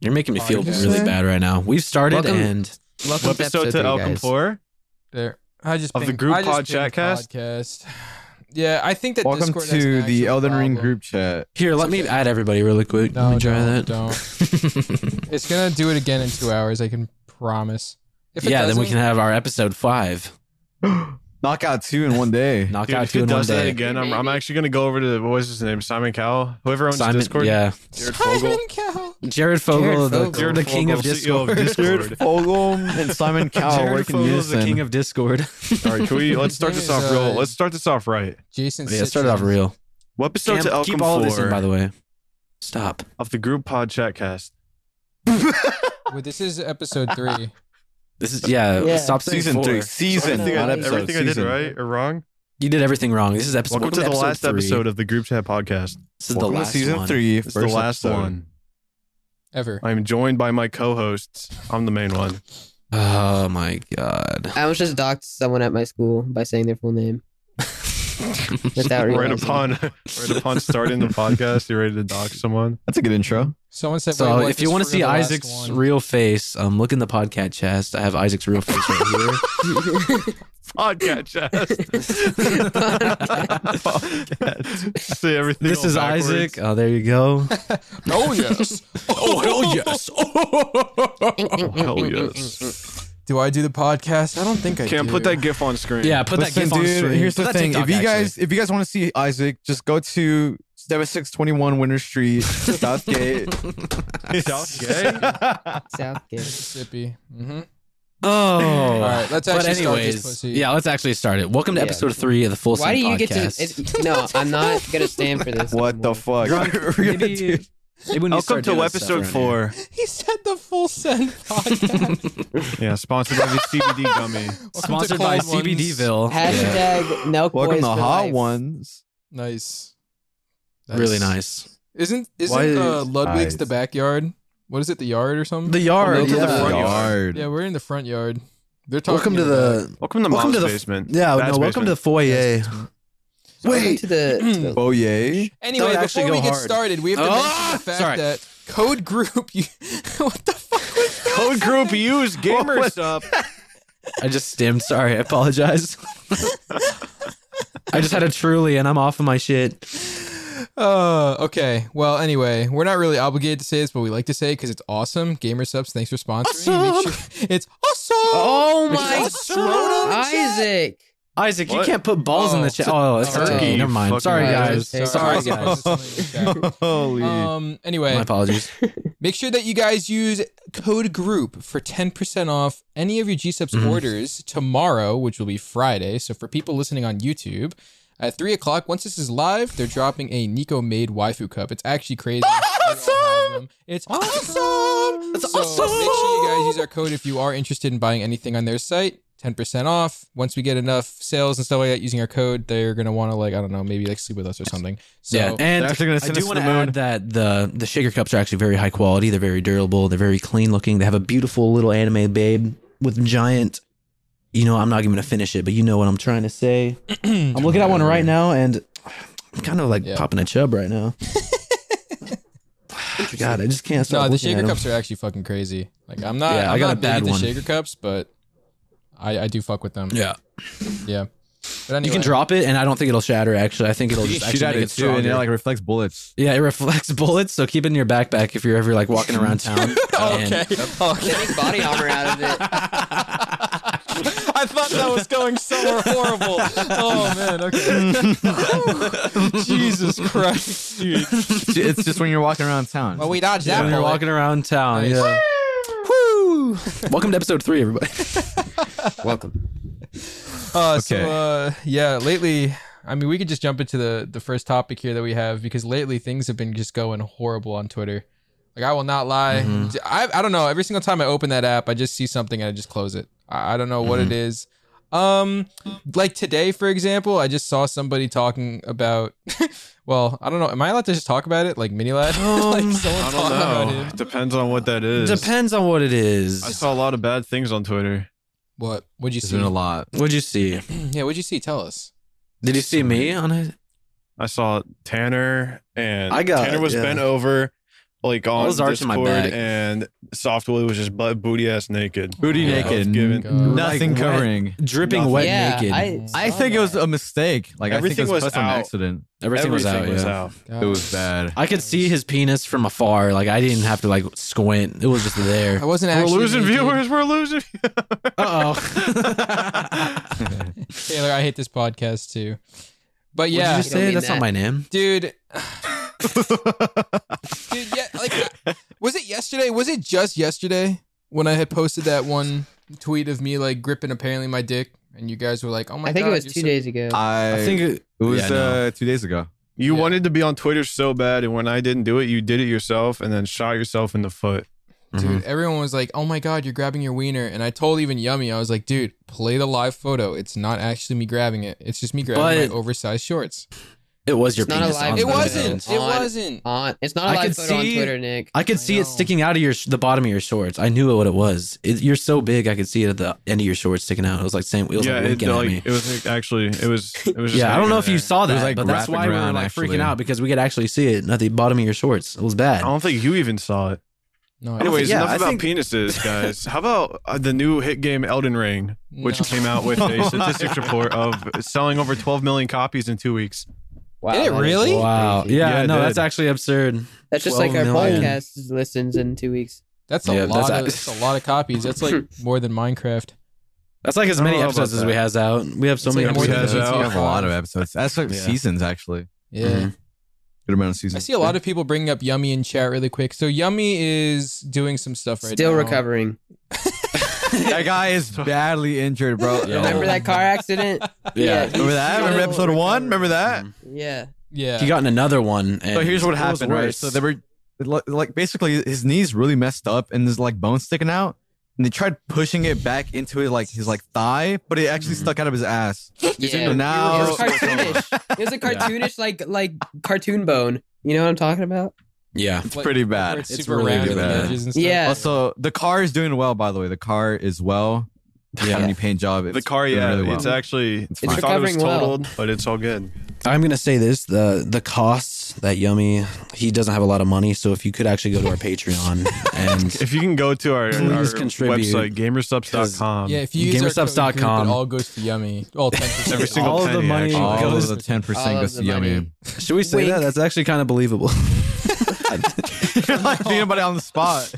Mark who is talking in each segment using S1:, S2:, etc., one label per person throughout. S1: You're making me
S2: Oh,
S1: feel
S2: did you
S1: really
S2: say?
S1: bad right now. We've started
S3: Welcome-
S1: and
S3: Welcome
S4: What episode to
S3: three,
S4: El
S3: guys.
S4: Compor?
S2: There. I just
S4: Of the
S2: pinged-
S4: group
S2: I just
S4: pod
S2: pinged
S4: chatcast?
S2: podcast. Yeah, I think that
S5: Welcome
S2: Discord has an
S5: to the
S2: actual
S5: Elden Ring
S2: problem.
S5: group chat.
S1: here, let me add everybody really quick.
S2: No,
S1: let me try
S2: don't,
S1: that.
S2: It's gonna do it again in two hours. I can promise. If it
S1: yeah, then we
S2: doesn't,
S1: can have our episode five.
S5: Knock out two in one day.
S1: Knock
S4: Dude,
S1: out
S4: if
S1: two
S4: it
S1: in one
S4: does that
S1: day.
S4: again, I'm, I'm actually gonna go over to what was his name, Simon Cowell, whoever owns
S1: Simon,
S4: Discord.
S1: yeah,
S4: Jared
S2: Simon
S4: Fogle.
S2: Cowell.
S1: Jared Fogle,
S2: Jared
S1: the,
S2: Fogle.
S1: the
S4: Jared
S1: king of
S4: Fogle, CEO
S1: Discord.
S4: of Discord.
S5: Fogel and Simon Cowell
S1: Jared
S5: working
S1: Fogle is the
S5: unison.
S1: king of Discord.
S4: All right, can we let's start this off real. Let's start this off right.
S2: Jason.
S1: yeah, it started off
S2: Citron.
S1: real.
S4: What episode
S1: Cam,
S4: to El
S1: keep all of this in, by
S4: Compor
S1: the way. Stop.
S4: of the group pod chatcast?
S2: Well, this is episode three.
S1: This is yeah.
S3: Yeah.
S1: Stop saying
S5: season
S1: four.
S5: three. Season,
S3: Everything I-
S5: not episode.
S4: Everything I did
S5: season.
S4: right or wrong?
S1: You did everything wrong. This is episode.
S4: Welcome, to the
S1: episode
S4: last
S1: three.
S4: episode of the group chat podcast.
S1: This is
S5: Welcome
S1: the
S5: to
S1: last
S5: season
S1: one.
S5: three.
S4: It's the
S5: first
S4: last
S5: episode.
S4: one.
S2: Ever.
S4: I'm joined by my co-hosts. I'm the main one.
S1: Oh my god.
S3: I almost just docked someone at my school by saying their full name. Without
S4: Right
S3: realizing.
S4: upon, right upon starting the podcast, you're ready to dock someone.
S5: That's a good intro.
S2: Someone said.
S1: So
S2: wait, what
S1: if you
S2: is
S1: want to
S2: for
S1: see
S2: the last
S1: Isaac's
S2: one?
S1: real face, um, look in the podcast chest. I have Isaac's real face right
S4: Podcast
S1: Podcast.
S4: See everything.
S1: here. this
S4: all
S1: is
S4: backwards.
S1: Isaac. Oh, there you go.
S2: oh yes.
S1: oh hell yes. Oh.
S4: Hell yes.
S2: Do I do the podcast? I don't think I
S4: Mm-hmm. Can't
S2: do.
S4: put that GIF on screen.
S1: yeah, put that
S5: Listen,
S1: gif on
S5: dude,
S1: screen.
S5: Here's
S1: Put
S5: the
S1: that
S5: thing:
S1: TikTok,
S5: if you
S1: actually.
S5: guys, if you guys want to see Isaac, just go to Seven Six Twenty One Winter Street, Southgate.
S4: Southgate?
S3: Southgate.
S2: Mississippi. Mm-hmm.
S1: Oh. All
S2: right, let's
S1: but anyways,
S2: actually start this pussy.
S1: Yeah, let's actually start it. Welcome to
S3: Yeah.
S1: episode three of the Full Send
S3: Why do you get to?
S1: podcast.
S3: It, no, I'm not gonna stand for this.
S5: what the
S3: anymore.
S5: fuck? We're gonna do-
S1: Maybe- maybe we need
S4: Welcome
S1: start doing
S4: to
S1: this stuff
S4: episode
S1: around here.
S4: four.
S2: He said the full send podcast.
S4: Yeah, sponsored by the CBD gummy.
S1: Sponsored by CBDville. Yeah.
S3: Hashtag Nelk
S5: Welcome
S3: boys
S5: to
S3: for
S5: Hot
S3: life.
S5: Ones.
S2: Nice.
S1: Really nice.
S2: Isn't isn't
S5: Why is-
S2: uh, Ludwig's the
S5: Nice.
S2: backyard? What is it? The yard or something?
S1: The yard.
S4: Welcome to the
S1: yeah.
S4: front yard.
S2: yeah, we're in the front yard. They're talking.
S1: Welcome to
S2: about-
S1: the
S4: Welcome to
S1: Welcome
S4: mom's
S1: to the-
S4: basement.
S1: yeah. No,
S4: Dad's
S1: welcome to the
S4: basement.
S1: foyer.
S3: Wait to the. to the-
S5: Oh yay!
S2: Anyway,
S1: Don't actually
S2: before we
S1: go
S2: get
S1: hard.
S2: started, we have to
S1: Ah!
S2: mention the fact
S1: Sorry.
S2: that Code Group. You, what the fuck was that?
S4: Code group use gamers up.
S1: I just stimmed. Sorry, I apologize. I just had a truly, and I'm off of my shit.
S2: Uh, okay. Well, anyway, we're not really obligated to say this, but we like to say because it's awesome. Gamer subs, thanks for sponsoring. Make sure- it's awesome.
S3: Oh
S2: Make sure
S3: my
S2: to subscribe.
S3: Isaac.
S1: Isaac, you
S4: What?
S1: can't put balls in
S2: Oh,
S1: the
S2: it's
S1: chat.
S2: a-
S1: Oh, it's
S2: alright.
S1: turkey.
S2: Turkey,
S1: Never
S4: you
S1: mind. Sorry,
S4: fucking
S1: guys.
S3: bastard.
S1: Sorry, guys.
S2: guys.
S5: Holy!
S2: um. Anyway,
S1: My apologies.
S2: Make sure that you guys use code GROUP for 10% off any of your GSUBs
S1: Mhm.
S2: orders tomorrow, which will be Friday. So for people listening on YouTube, at 3 o'clock, once this is live, they're dropping a Nico made waifu cup. It's actually crazy. We all have them. It's awesome!
S1: It's
S2: so
S1: awesome!
S2: Make sure you guys use our code if you are interested in buying anything on their site. 10% off. Once we get enough sales and stuff like that using our code, they're going to want to, like, I don't know, maybe like sleep with us or something. So,
S1: yeah, and
S5: actually gonna
S1: I
S5: send
S1: do
S5: us
S1: want to
S5: to the moon.
S1: add that the the shaker cups are actually very high quality. They're very durable. They're very clean looking. They have a beautiful little anime babe with giant. You know, I'm not even gonna finish it, but you know what I'm trying to say. I'm looking at one right now, and I'm kind of like
S2: Yeah.
S1: popping a chub right now. God, I just can't stop.
S2: No, the
S1: looking
S2: shaker
S1: at 'em.
S2: cups are actually fucking crazy. Like I'm not.
S1: Yeah, I
S2: I'm
S1: got
S2: not
S1: a
S2: big
S1: bad
S2: into
S1: one.
S2: Shaker cups, but I I do fuck with them.
S1: Yeah,
S2: Yeah. But anyway,
S1: you can drop it, and I don't think it'll shatter. Actually, I think it'll just
S5: Shoot
S1: actually
S5: at
S1: make
S5: it
S1: it
S5: too, and it
S1: stronger.
S5: like reflects bullets.
S1: yeah, it reflects bullets, so keep it in your backpack if you're ever like walking around town. And-
S2: Okay.
S3: They
S2: okay.
S3: make body armor out of it.
S2: I thought that was going somewhere horrible. Oh man. Okay. Jesus Christ, dude.
S5: it's just when you're walking around town.
S2: Well, we dodged that
S1: when you're
S2: bullet.
S1: walking around town.
S2: Nice.
S1: Yeah. Woo! Welcome to episode three, everybody.
S3: Welcome.
S2: Uh, So
S5: Okay.
S2: uh, yeah, lately, I mean, we could just jump into the the first topic here that we have because lately things have been just going horrible on Twitter. Like I will not lie,
S4: Mm-hmm.
S1: Mhm.
S2: I I don't know. Every single time I open that app, I just see something and I just close it. I, I don't know
S4: Mm-hmm.
S2: what it is. Um, like today, for example, I just saw somebody talking about. well, I don't know. Am I allowed to just talk about it? Like mini lad? like
S1: Um,
S2: someone
S4: I
S2: talking about
S4: don't know.
S2: him.
S4: It depends on what that is.
S1: Depends on what it
S4: I
S1: is.
S4: saw a lot of bad things on Twitter.
S2: What? What'd you
S5: There's
S2: see?
S5: been a lot.
S1: What'd you see?
S2: yeah, what'd you see? Tell us.
S1: Did you see me on it?
S4: I saw Tanner and
S1: I got
S4: Tanner
S1: it,
S4: was
S1: yeah.
S4: bent over. like on
S1: those arch in my
S4: Discord,
S1: back.
S4: and Softwood was just butt booty ass naked.
S6: Booty
S2: Yeah.
S6: naked,
S4: Given.
S6: nothing
S1: Like,
S6: covering.
S1: dripping
S6: Nothing.
S1: wet
S3: yeah,
S1: naked.
S3: I,
S6: I think it was a mistake. Like
S4: Everything
S6: I think it was,
S4: was
S6: pressed on
S4: out.
S6: accident.
S1: Everything, was out. yeah.
S6: It was bad.
S1: I could see his penis from afar. Like I didn't have to like squint. It was just there.
S2: I wasn't
S4: We're
S2: actually
S4: losing
S2: naked.
S4: viewers. We're losing.
S1: Uh oh.
S6: I
S2: Taylor, I hate this podcast too. But
S1: What did
S2: yeah,
S1: you
S3: don't
S1: just say?
S3: mean
S1: That's
S3: that.
S1: not my name.
S2: dude. dude, yeah, like, I- was it yesterday? Was it just yesterday when I had posted that one tweet of me like gripping apparently my dick, and you guys were like, "Oh my
S3: I think
S2: god!"
S3: it was
S2: you're
S3: two
S2: so-
S3: days ago.
S1: I think it,
S6: it was
S1: Yeah, no.
S6: uh, two days ago.
S4: You
S2: Yeah.
S4: wanted to be on Twitter so bad, and when I didn't do it, you did it yourself, and then shot yourself in the foot.
S2: Dude, everyone was like, "Oh my god, you're grabbing your wiener," and I told even Yummy, I was like, "Dude, play the live photo. It's not actually me grabbing it. It's just me grabbing
S1: But-
S2: my oversized shorts."
S1: it was your
S3: It's not
S1: penis.
S3: a live
S1: on
S3: I'm
S2: It
S1: the
S3: photo.
S2: wasn't.
S1: hands.
S2: It
S3: On-
S2: wasn't.
S3: on, it's not
S1: I
S3: a live
S1: could
S3: photo on
S1: see-
S3: Twitter, Nick.
S1: I could
S2: I
S1: see it
S2: know.
S1: sticking out of your sh- the bottom of your shorts. I knew what it was. It, you're so big, I could see it at the end of your shorts sticking out. It was like same. It was
S4: yeah,
S1: like
S4: it,
S1: winking at
S4: like,
S1: me.
S4: it was like, actually, it was. It was just
S1: Yeah, I don't know if you
S4: hanging
S1: saw
S6: It
S1: that,
S6: was, like,
S1: but that's
S6: wrapping
S1: why we were
S6: around,
S1: like
S6: actually.
S1: freaking out because we could actually see it at the bottom of your shorts. It was bad.
S4: there. I don't think you even saw it.
S2: No.
S1: don't
S4: Anyways,
S1: think- yeah,
S4: enough
S1: I
S4: about
S1: think-
S4: penises, guys. How about uh, the new hit game Elden Ring, which came out with a statistics report of selling over 12 million copies in two weeks?
S3: Wow,
S2: Did it
S3: that is
S2: really?
S1: Wow.
S3: crazy.
S1: Yeah,
S4: Yeah, it
S1: no,
S4: did.
S1: that's actually absurd.
S3: That's just like our
S1: 12 million.
S3: podcast listens in two weeks.
S2: That's a
S1: Yeah,
S2: lot.
S1: that's-
S2: of, that's a lot of copies. That's like more than Minecraft.
S1: That's like as
S4: I don't
S1: many
S4: know
S1: episodes
S4: about
S1: as we
S4: that.
S1: has out. We have so
S2: It's
S1: many
S2: like more
S4: we
S2: than
S1: episodes.
S2: GTA
S4: has out.
S6: We
S4: We
S6: have a lot of
S2: five.
S6: episodes. That's like
S4: Yeah.
S6: seasons actually.
S2: Yeah.
S1: Mhm.
S6: Good amount of
S2: I
S6: seasons.
S2: see a lot of people bringing up Yummy in chat really quick. So Yummy is doing some stuff right
S3: Still
S2: now.
S3: recovering.
S6: that guy is badly injured, bro.
S1: Yeah.
S3: Remember that car accident?
S1: Yeah.
S3: he's
S6: Remember that? Remember
S3: still
S6: episode one? Remember that?
S1: Mhm.
S3: Yeah.
S2: Yeah.
S1: He got in another one. And
S6: So here's
S1: it
S6: what
S1: was
S6: happened, right?
S1: worse.
S6: So they were li- like basically his knees really messed up and there's like bone sticking out. And they tried pushing it back into his like his like thigh, but it actually
S1: Mhm.
S6: stuck out of his ass.
S3: Yeah.
S6: So
S3: It
S6: now
S3: was cartoonish. It was a cartoonish, like like cartoon bone. You know what I'm talking about?
S1: yeah.
S6: it's
S2: Like,
S6: pretty
S2: where
S6: bad.
S2: It's,
S1: It's
S2: super
S1: really
S2: round at
S6: bad.
S2: the edges and stuff.
S3: Yeah.
S6: Also, the car is doing well, by the way. The car is well.
S1: Yeah.
S6: Yeah. Company paint job. It's
S4: the car,
S6: doing
S4: yeah,
S6: really well.
S4: it's actually.
S6: It's
S4: we
S6: fine.
S4: thought it was
S3: Recovering well.
S4: totaled, but it's all good.
S1: I'm gonna say this: the the costs that Yummy he doesn't have a lot of money, so if you could actually go to our Patreon and
S4: If you can go to our, our
S1: Please contribute.
S4: website, gamersubs.com.
S2: Yeah, if you use our code
S1: gamersubs.com.
S2: group, it all goes to Yummy. All 10%.
S4: Every single
S1: All of the
S4: penny,
S1: money
S4: actually.
S1: goes-
S6: all
S1: Because-
S6: of the ten percent
S3: All
S6: goes
S3: of
S6: to
S3: the money.
S6: yummy.
S1: should we say that?
S3: Wink.
S1: That's actually kind of believable.
S6: You're like being about it on the spot.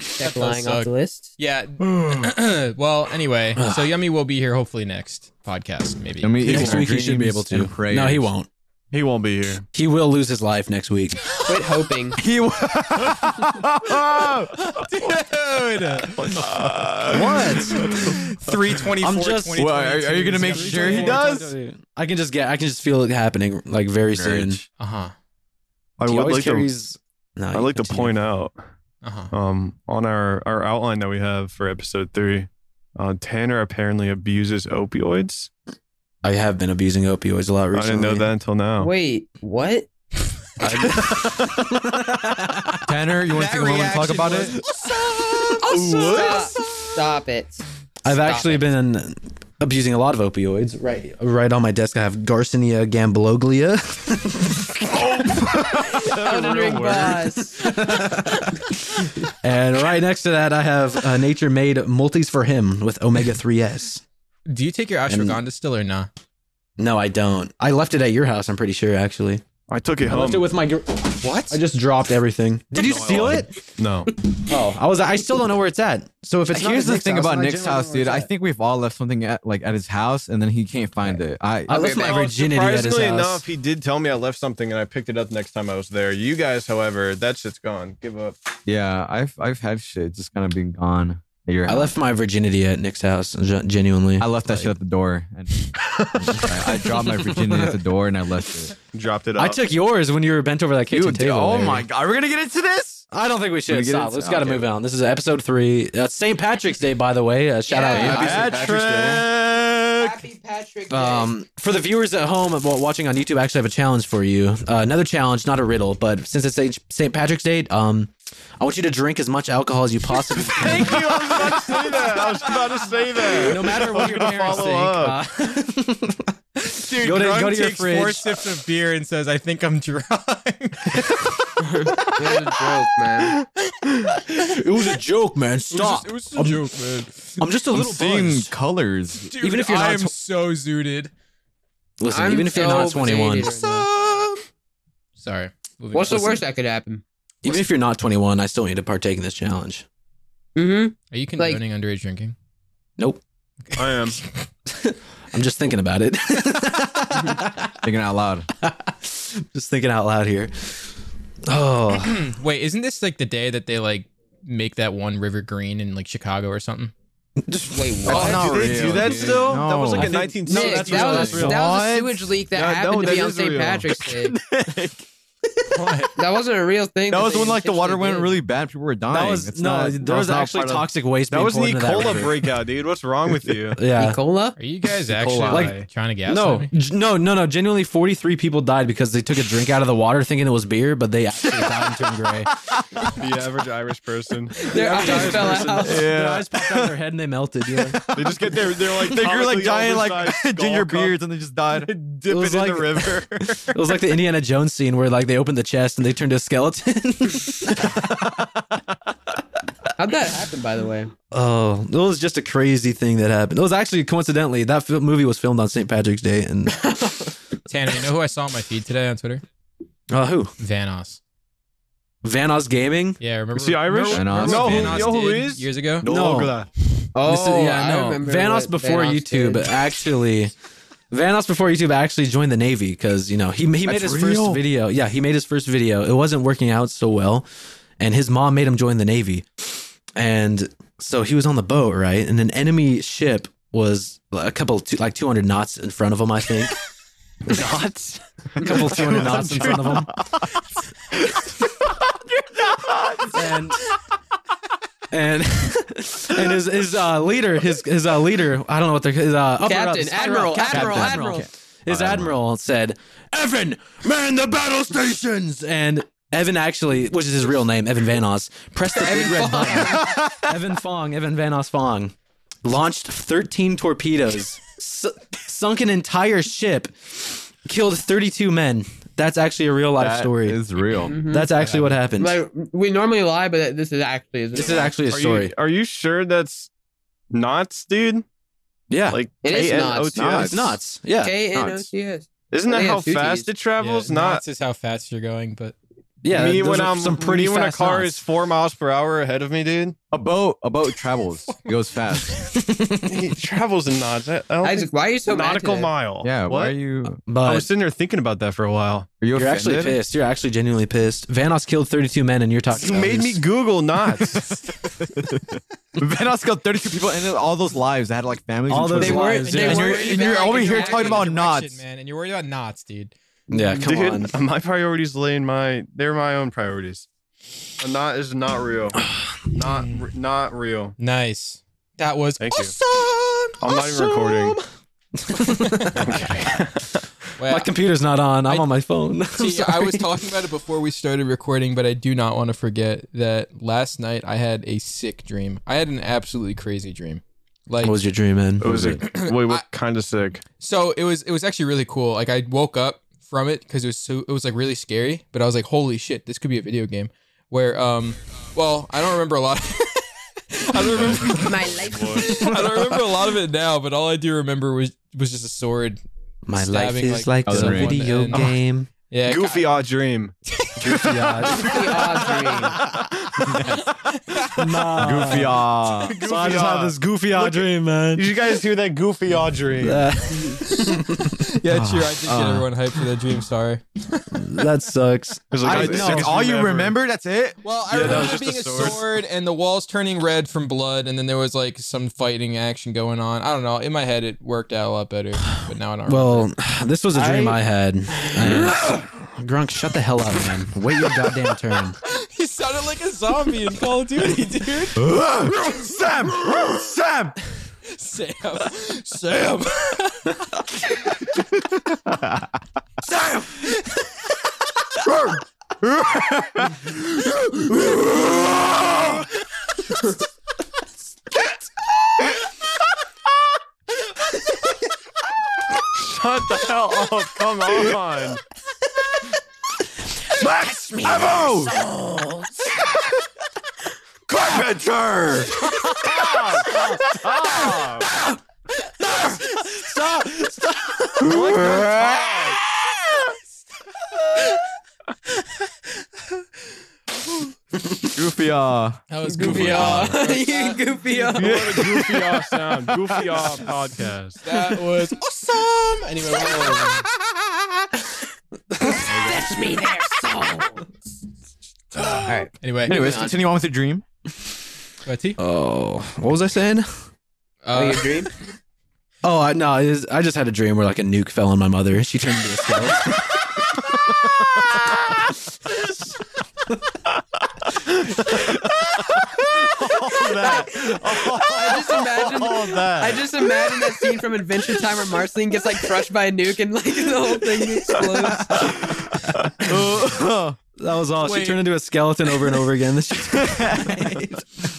S3: Check
S2: does
S3: lying off
S2: suck.
S3: the list.
S2: Yeah. well, anyway, so Yummy will be here hopefully next podcast, maybe.
S6: Yummy is
S1: next
S6: our
S1: week he should be
S6: dreams
S1: able to.
S6: and prayers.
S1: No, he won't.
S4: He won't be here.
S1: He will lose his life next week.
S3: Quit hoping.
S6: He w- dude.
S1: what?
S2: 324.
S1: I'm just-
S6: Well, are- are you gonna make sure he does?
S1: I can just get. I can just feel it happening like very soon.
S2: Uh huh.
S4: I
S1: He
S4: would
S1: always
S4: like to
S1: carries. No,
S4: I'd
S1: you
S4: like to
S1: continue.
S4: point out
S2: Uh huh.
S4: um, on our, our outline that we have for episode three, uh, Tanner apparently abuses opioids.
S1: I have been abusing opioids a lot
S4: I
S1: recently.
S4: didn't know that until now.
S3: Wait, what?
S1: I-
S6: Tanner, you want to take a moment and talk about it?
S3: Stop, stop it.
S1: I've
S3: Stop
S1: actually
S3: it.
S1: been abusing a lot of opioids. Right, right on my desk, I have Garcinia gambloglia.
S3: Elden Ring boss.
S1: and right next to that, I have uh, Nature Made Multis for Him with Omega 3S.
S2: Do you take your ashwagandha still or not?
S1: No, I don't. I left it at your house, I'm pretty sure, actually.
S4: I took it
S1: I
S4: home.
S1: left it with my. gr-
S2: What?
S1: I just dropped everything. Did you steal it?
S4: no.
S1: Oh, I was. I still don't know where it's at. So if it's not
S6: Here's
S1: at
S6: the
S1: Nick's
S6: thing
S1: house,
S6: about
S1: then I
S6: Nick's
S1: generally
S6: house,
S1: don't know where
S6: dude. I
S1: it's at.
S6: think we've all left something at like at his house, and then he can't find it. I
S1: I left my
S4: Well,
S1: virginity at his
S4: Surprisingly
S1: house.
S4: enough, he did tell me I left something and I picked it up the next time I was there. You guys, however, that shit's gone. Give up.
S6: yeah, I've I've had shit just kind of been gone. at your
S1: I
S6: house.
S1: left my virginity at Nick's house, gen- genuinely.
S6: I left that shit at the door, and I, I dropped my virginity at the door, and I left it. oh
S4: Dropped it up.
S1: I took yours when you were bent over that kitchen table. Larry.
S6: god, we're gonna get into this.
S1: I don't think we
S6: Wanna
S1: should
S6: get
S1: stop.
S6: into-
S1: Let's got to
S6: okay.
S1: move on. This is episode three. Uh, St. Patrick's Day, by the way. Uh, shout
S3: Yeah.
S1: out.
S4: Happy St. Patrick's Day.
S3: Happy Patrick. Day.
S1: Um, for the viewers at home of- watching on YouTube, I actually have a challenge for you. Uh, another challenge, not a riddle, but since it's St. St. Patrick's Day, um, I want you to drink as much alcohol as you possibly can.
S4: Thank you. I was about to say that. I was about to say that.
S1: No matter what your
S4: I was gonna
S1: parents
S4: follow
S1: think. uh,
S2: Dude,
S1: Go to-
S2: Grung
S1: go to your
S2: takes four
S1: fridge.
S2: sips of beer and says, "I think I'm drunk."
S3: That was a joke, man.
S1: uh, it was a joke, man. Stop.
S2: It was just, it
S1: I'm-
S2: was just a joke, man.
S1: I'm just a
S5: I'm
S1: little
S5: seeing
S1: buzzed.
S5: colors.
S2: Dude,
S1: Even if you're not
S2: I am
S1: tw-
S2: so zooted.
S1: Listen,
S3: I'm
S1: even if you're not
S3: so
S1: 21,
S3: jaded.
S2: Sorry. moving
S3: What's
S2: on.
S3: the worst that could happen?
S1: even if you're not 21, I still need to partake in this challenge.
S3: Mm-hmm.
S2: Are you
S3: Like-
S2: condoning underage drinking?
S4: I am.
S1: I'm just thinking about it.
S5: Thinking out loud.
S1: just thinking out loud here. Oh,
S2: Wait, isn't this like the day that they like make that one river green in like Chicago or something?
S3: Wait, what?
S5: That's not
S4: do they do
S5: real,
S4: that
S5: dude.
S4: still? That was
S5: Oh, No.
S4: like
S5: I
S4: in
S5: think-
S4: 1960s.
S3: Nick,
S5: that's
S3: that,
S5: real.
S3: was, that was a
S5: What?
S3: sewage leak that
S4: No, no,
S3: happened
S4: that
S3: to be on
S4: is
S3: St.
S4: real.
S3: Patrick's Day.
S5: that
S2: What?
S3: That wasn't a real thing.
S5: was
S3: they
S5: when like the water
S3: intentionally
S5: went
S3: did. E.
S5: really bad. People were dying.
S1: that was
S5: It's
S1: no.
S5: not- that
S1: there was
S5: not
S1: actually
S5: part of-
S1: toxic waste.
S4: That
S1: being
S4: was an
S1: poured
S4: E.
S1: into that
S4: coli
S1: river.
S4: breakout, dude. What's wrong with you?
S1: Yeah.
S3: Nicola?
S2: Are you guys actually like
S1: Like-
S2: trying to gas
S1: No,
S2: at me?
S1: j- no, no, no. Genuinely, 43 people died because they took a drink out of the water thinking it was beer, but they actually died and turned gray.
S4: the average Irish person.
S3: Their eyes fell out.
S1: Their
S5: Yeah.
S1: eyes popped out of their head and they melted. Yeah.
S4: They just get their, they're like,
S5: They grew like
S4: comically
S5: giant like
S4: oversized
S5: ginger
S4: skull cup,
S5: beards and they just died.
S4: Dip
S1: It
S4: it,
S1: was
S4: in
S1: like-
S4: the river.
S1: It was like the Indiana Jones scene where like they opened the chest and they turned to a skeleton.
S3: How'd that happen, by the way?
S1: oh, it was just a crazy thing that happened. It was actually coincidentally that fil- movie was filmed on St. Patrick's Day and
S2: Tanner, you know who I saw on my feed today on Twitter?
S1: uh, who?
S2: Vanos.
S1: Vanos Gaming.
S2: Yeah, remember?
S4: Is he Irish?
S2: Remember,
S5: Vanos.
S2: remember
S5: No,
S2: what
S4: who-
S2: Vanos
S4: you know who
S2: did
S4: is?
S2: years ago?
S1: No.
S4: Ogla.
S1: This is-
S3: Oh,
S1: yeah,
S3: I
S1: no.
S3: remember
S1: Vanos
S3: what
S1: before
S3: Vanos
S1: YouTube
S3: did.
S1: actually. Vanos before YouTube actually joined the Navy because you know he he made
S5: That's
S1: his
S5: real?
S1: first video. Yeah, he made his first video. It wasn't working out so well, and his mom made him join the Navy, and so he was on the boat right, and an enemy ship was a couple two, like two hundred knots in front of him, I think. knots, a couple two hundred knots in front of him. and and and his his uh, leader his his uh, leader I don't know what they're his uh, upper-
S3: Captain,
S1: upper-
S3: Admiral,
S1: Captain,
S3: Admiral, Admiral.
S1: his admiral said Evan man the battle stations and Evan actually which is his real name Evan Vanos pressed the big red button Evan Fong Evan Vanos Fong launched thirteen torpedoes su- sunk an entire ship killed thirty two men that's actually a real life
S5: That
S1: story
S5: is real.
S1: that's actually what happened.
S3: Mm-hmm. Like we normally lie, but this is actually
S1: This is actually a
S4: Are
S1: story.
S4: you, are you sure that's knots, dude?
S1: yeah.
S4: Like
S3: It is
S4: K-N-O-T-S?
S3: knots, knots.
S1: it's nuts. Yeah.
S3: K N O T S.
S4: Isn't that
S3: Yeah,
S4: how
S3: two
S4: fast
S3: Ts.
S4: it travels?
S2: Yeah,
S4: Not
S2: Knots is how fast you're going, but
S1: Yeah.
S4: me
S1: those
S4: when
S1: are
S4: I'm
S1: some pretty
S4: me when a
S1: fast
S4: car
S1: knots.
S4: is four miles per hour ahead of me, dude.
S5: A boat a boat travels. It goes fast.
S4: he travels in knots. I, I don't
S3: Isaac,
S4: think-
S3: why are you so mad
S4: nautical
S3: today?
S4: mile.
S5: Yeah,
S4: what?
S5: why are you
S4: I
S1: But
S4: was sitting there thinking about that for a while.
S5: are you
S1: you're actually
S5: offended?
S1: pissed. You're actually genuinely pissed. Vanos killed 32 men, and you're talking.
S4: You
S1: about
S4: made me
S1: this.
S4: Google knots.
S5: Vanos killed 32 people and then all those lives that had like families.
S1: All
S5: and
S1: those
S5: children.
S1: They weren't- lives, they
S5: And
S1: weren't
S5: you're, and you're over here talking about knots.
S2: man, and you're worried about knots, dude.
S1: Yeah. Come on.
S4: dude, my priorities lay in my. They're my own priorities. A knot is not real. not re- not real.
S2: Nice. That was
S4: Thank you.
S2: awesome.
S4: I'm not even recording.
S2: Well,
S1: My computer's not on. I'm
S2: I-
S1: on my phone. I'm
S2: See, I
S1: sorry.
S2: was talking about it before we started recording, but I do not want to forget that last night I had a sick dream. I had an absolutely crazy dream. Like
S1: What was your dream, man?
S4: It was a, wait, what kind of sick?
S2: so it was it was actually really cool. Like I woke up from it because it was so it was like really scary, but I was like, holy shit, this could be a video game. Where um well, I don't remember a lot I don't remember
S3: My life.
S2: I don't remember a lot of it now, but all I do remember was was just a sword.
S1: my life
S2: stabbing,
S1: is
S2: like,
S1: like, a
S5: someone
S1: video
S2: and-
S1: game.
S2: Yeah.
S4: Goofy odd dream.
S3: Audrey.
S1: nah.
S5: Goofy, ah.
S1: So I just had
S4: odd.
S1: this goofy odd dream, man.
S4: Did you guys hear that goofy odd dream?
S1: Uh,
S2: Yeah, sure. I did get
S5: Uh.
S2: everyone hyped for that dream, sorry.
S1: that sucks.
S4: It's
S5: I
S4: like the
S5: know.
S4: sickest
S5: All
S4: dream
S5: you
S4: ever.
S5: remember, that's it?
S2: Well, I
S4: Yeah, that
S2: remember
S4: was just
S2: being
S4: a
S2: a sword.
S4: sword.
S2: and the walls turning red from blood, and then there was like some fighting action going on. I don't know. In my head, it worked out a lot better, but now I don't.
S1: Well, this was a dream
S4: I-
S1: I, had. And- Grunk, shut the hell up, man. Wait your goddamn turn.
S2: remember. he sounded like a zombie in Call of Duty, dude.
S5: Sam! Sam!
S2: Sam, Sam.
S4: Shut Oh, come on.
S1: Max me
S5: Bravo!
S1: souls.
S5: Carpenter!
S4: Stop. Stop.
S1: Stop! Stop!
S5: Goofy, uh,
S2: That was
S5: Goofy
S2: goofy. off.
S1: you goofy up.
S4: What a goofy off sound. Goofy off podcast.
S2: That was awesome. Anyway, we're all over.
S1: Fetch me their souls.
S2: all right. Anyway,
S5: anyways,
S1: on.
S5: continue on with your dream.
S2: go ahead, T.
S1: Oh, what was I saying?
S3: oh,
S2: Uh,
S3: your dream?
S1: Oh, I, no, it is, I just had a dream where like a nuke fell on my mother. She turned into a skeleton.
S5: All that. Oh,
S3: I just imagine-
S5: All that.
S3: I just imagine that scene from Adventure Time where Marceline gets like crushed by a nuke and like the whole thing explodes.
S5: Uh,
S1: that was all.
S2: Wait.
S1: She turned into a skeleton over and over again. This shit's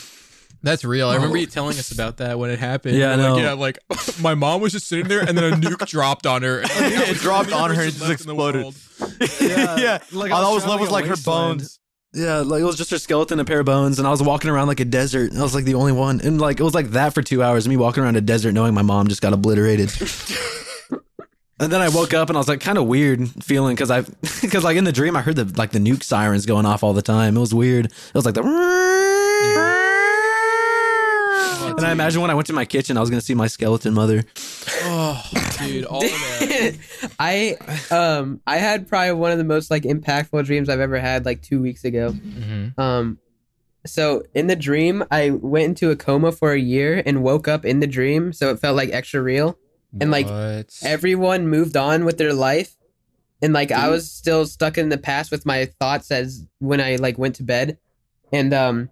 S2: that's real. I remember you telling us about that when it happened.
S1: Yeah, I
S2: You're
S1: know.
S2: Like, yeah, like my mom was just sitting there, and then a nuke dropped on her. And, like, that
S5: It
S2: was the
S5: dropped
S2: only
S5: on her
S2: person
S5: and just
S2: left in the
S5: exploded.
S2: world.
S5: yeah.
S1: like
S5: All I
S1: I
S5: was left was like her
S1: wasteland.
S5: bones.
S1: Yeah, like it was just her skeleton, and a pair of bones, and I was walking around like a desert, and I was like the only one, and like it was like that for two hours, me walking around a desert, knowing my mom just got obliterated. and then I woke up, and I was like kind of weird feeling because I, because like in the dream I heard the like the nuke sirens going off all the time. It was weird. It was like the. And I imagine when I went to my kitchen, I was gonna see my skeleton mother.
S2: Oh, dude, all of that.
S5: Oh,
S3: I um I had probably one of the most like impactful dreams I've ever had like two weeks ago.
S2: Mm-hmm.
S3: Um so in the dream I went into a coma for a year and woke up in the dream, so it felt like extra real. And, like,
S2: What?
S3: Everyone moved on with their life. And like I was still stuck in the past with my thoughts as when I like went to bed. And um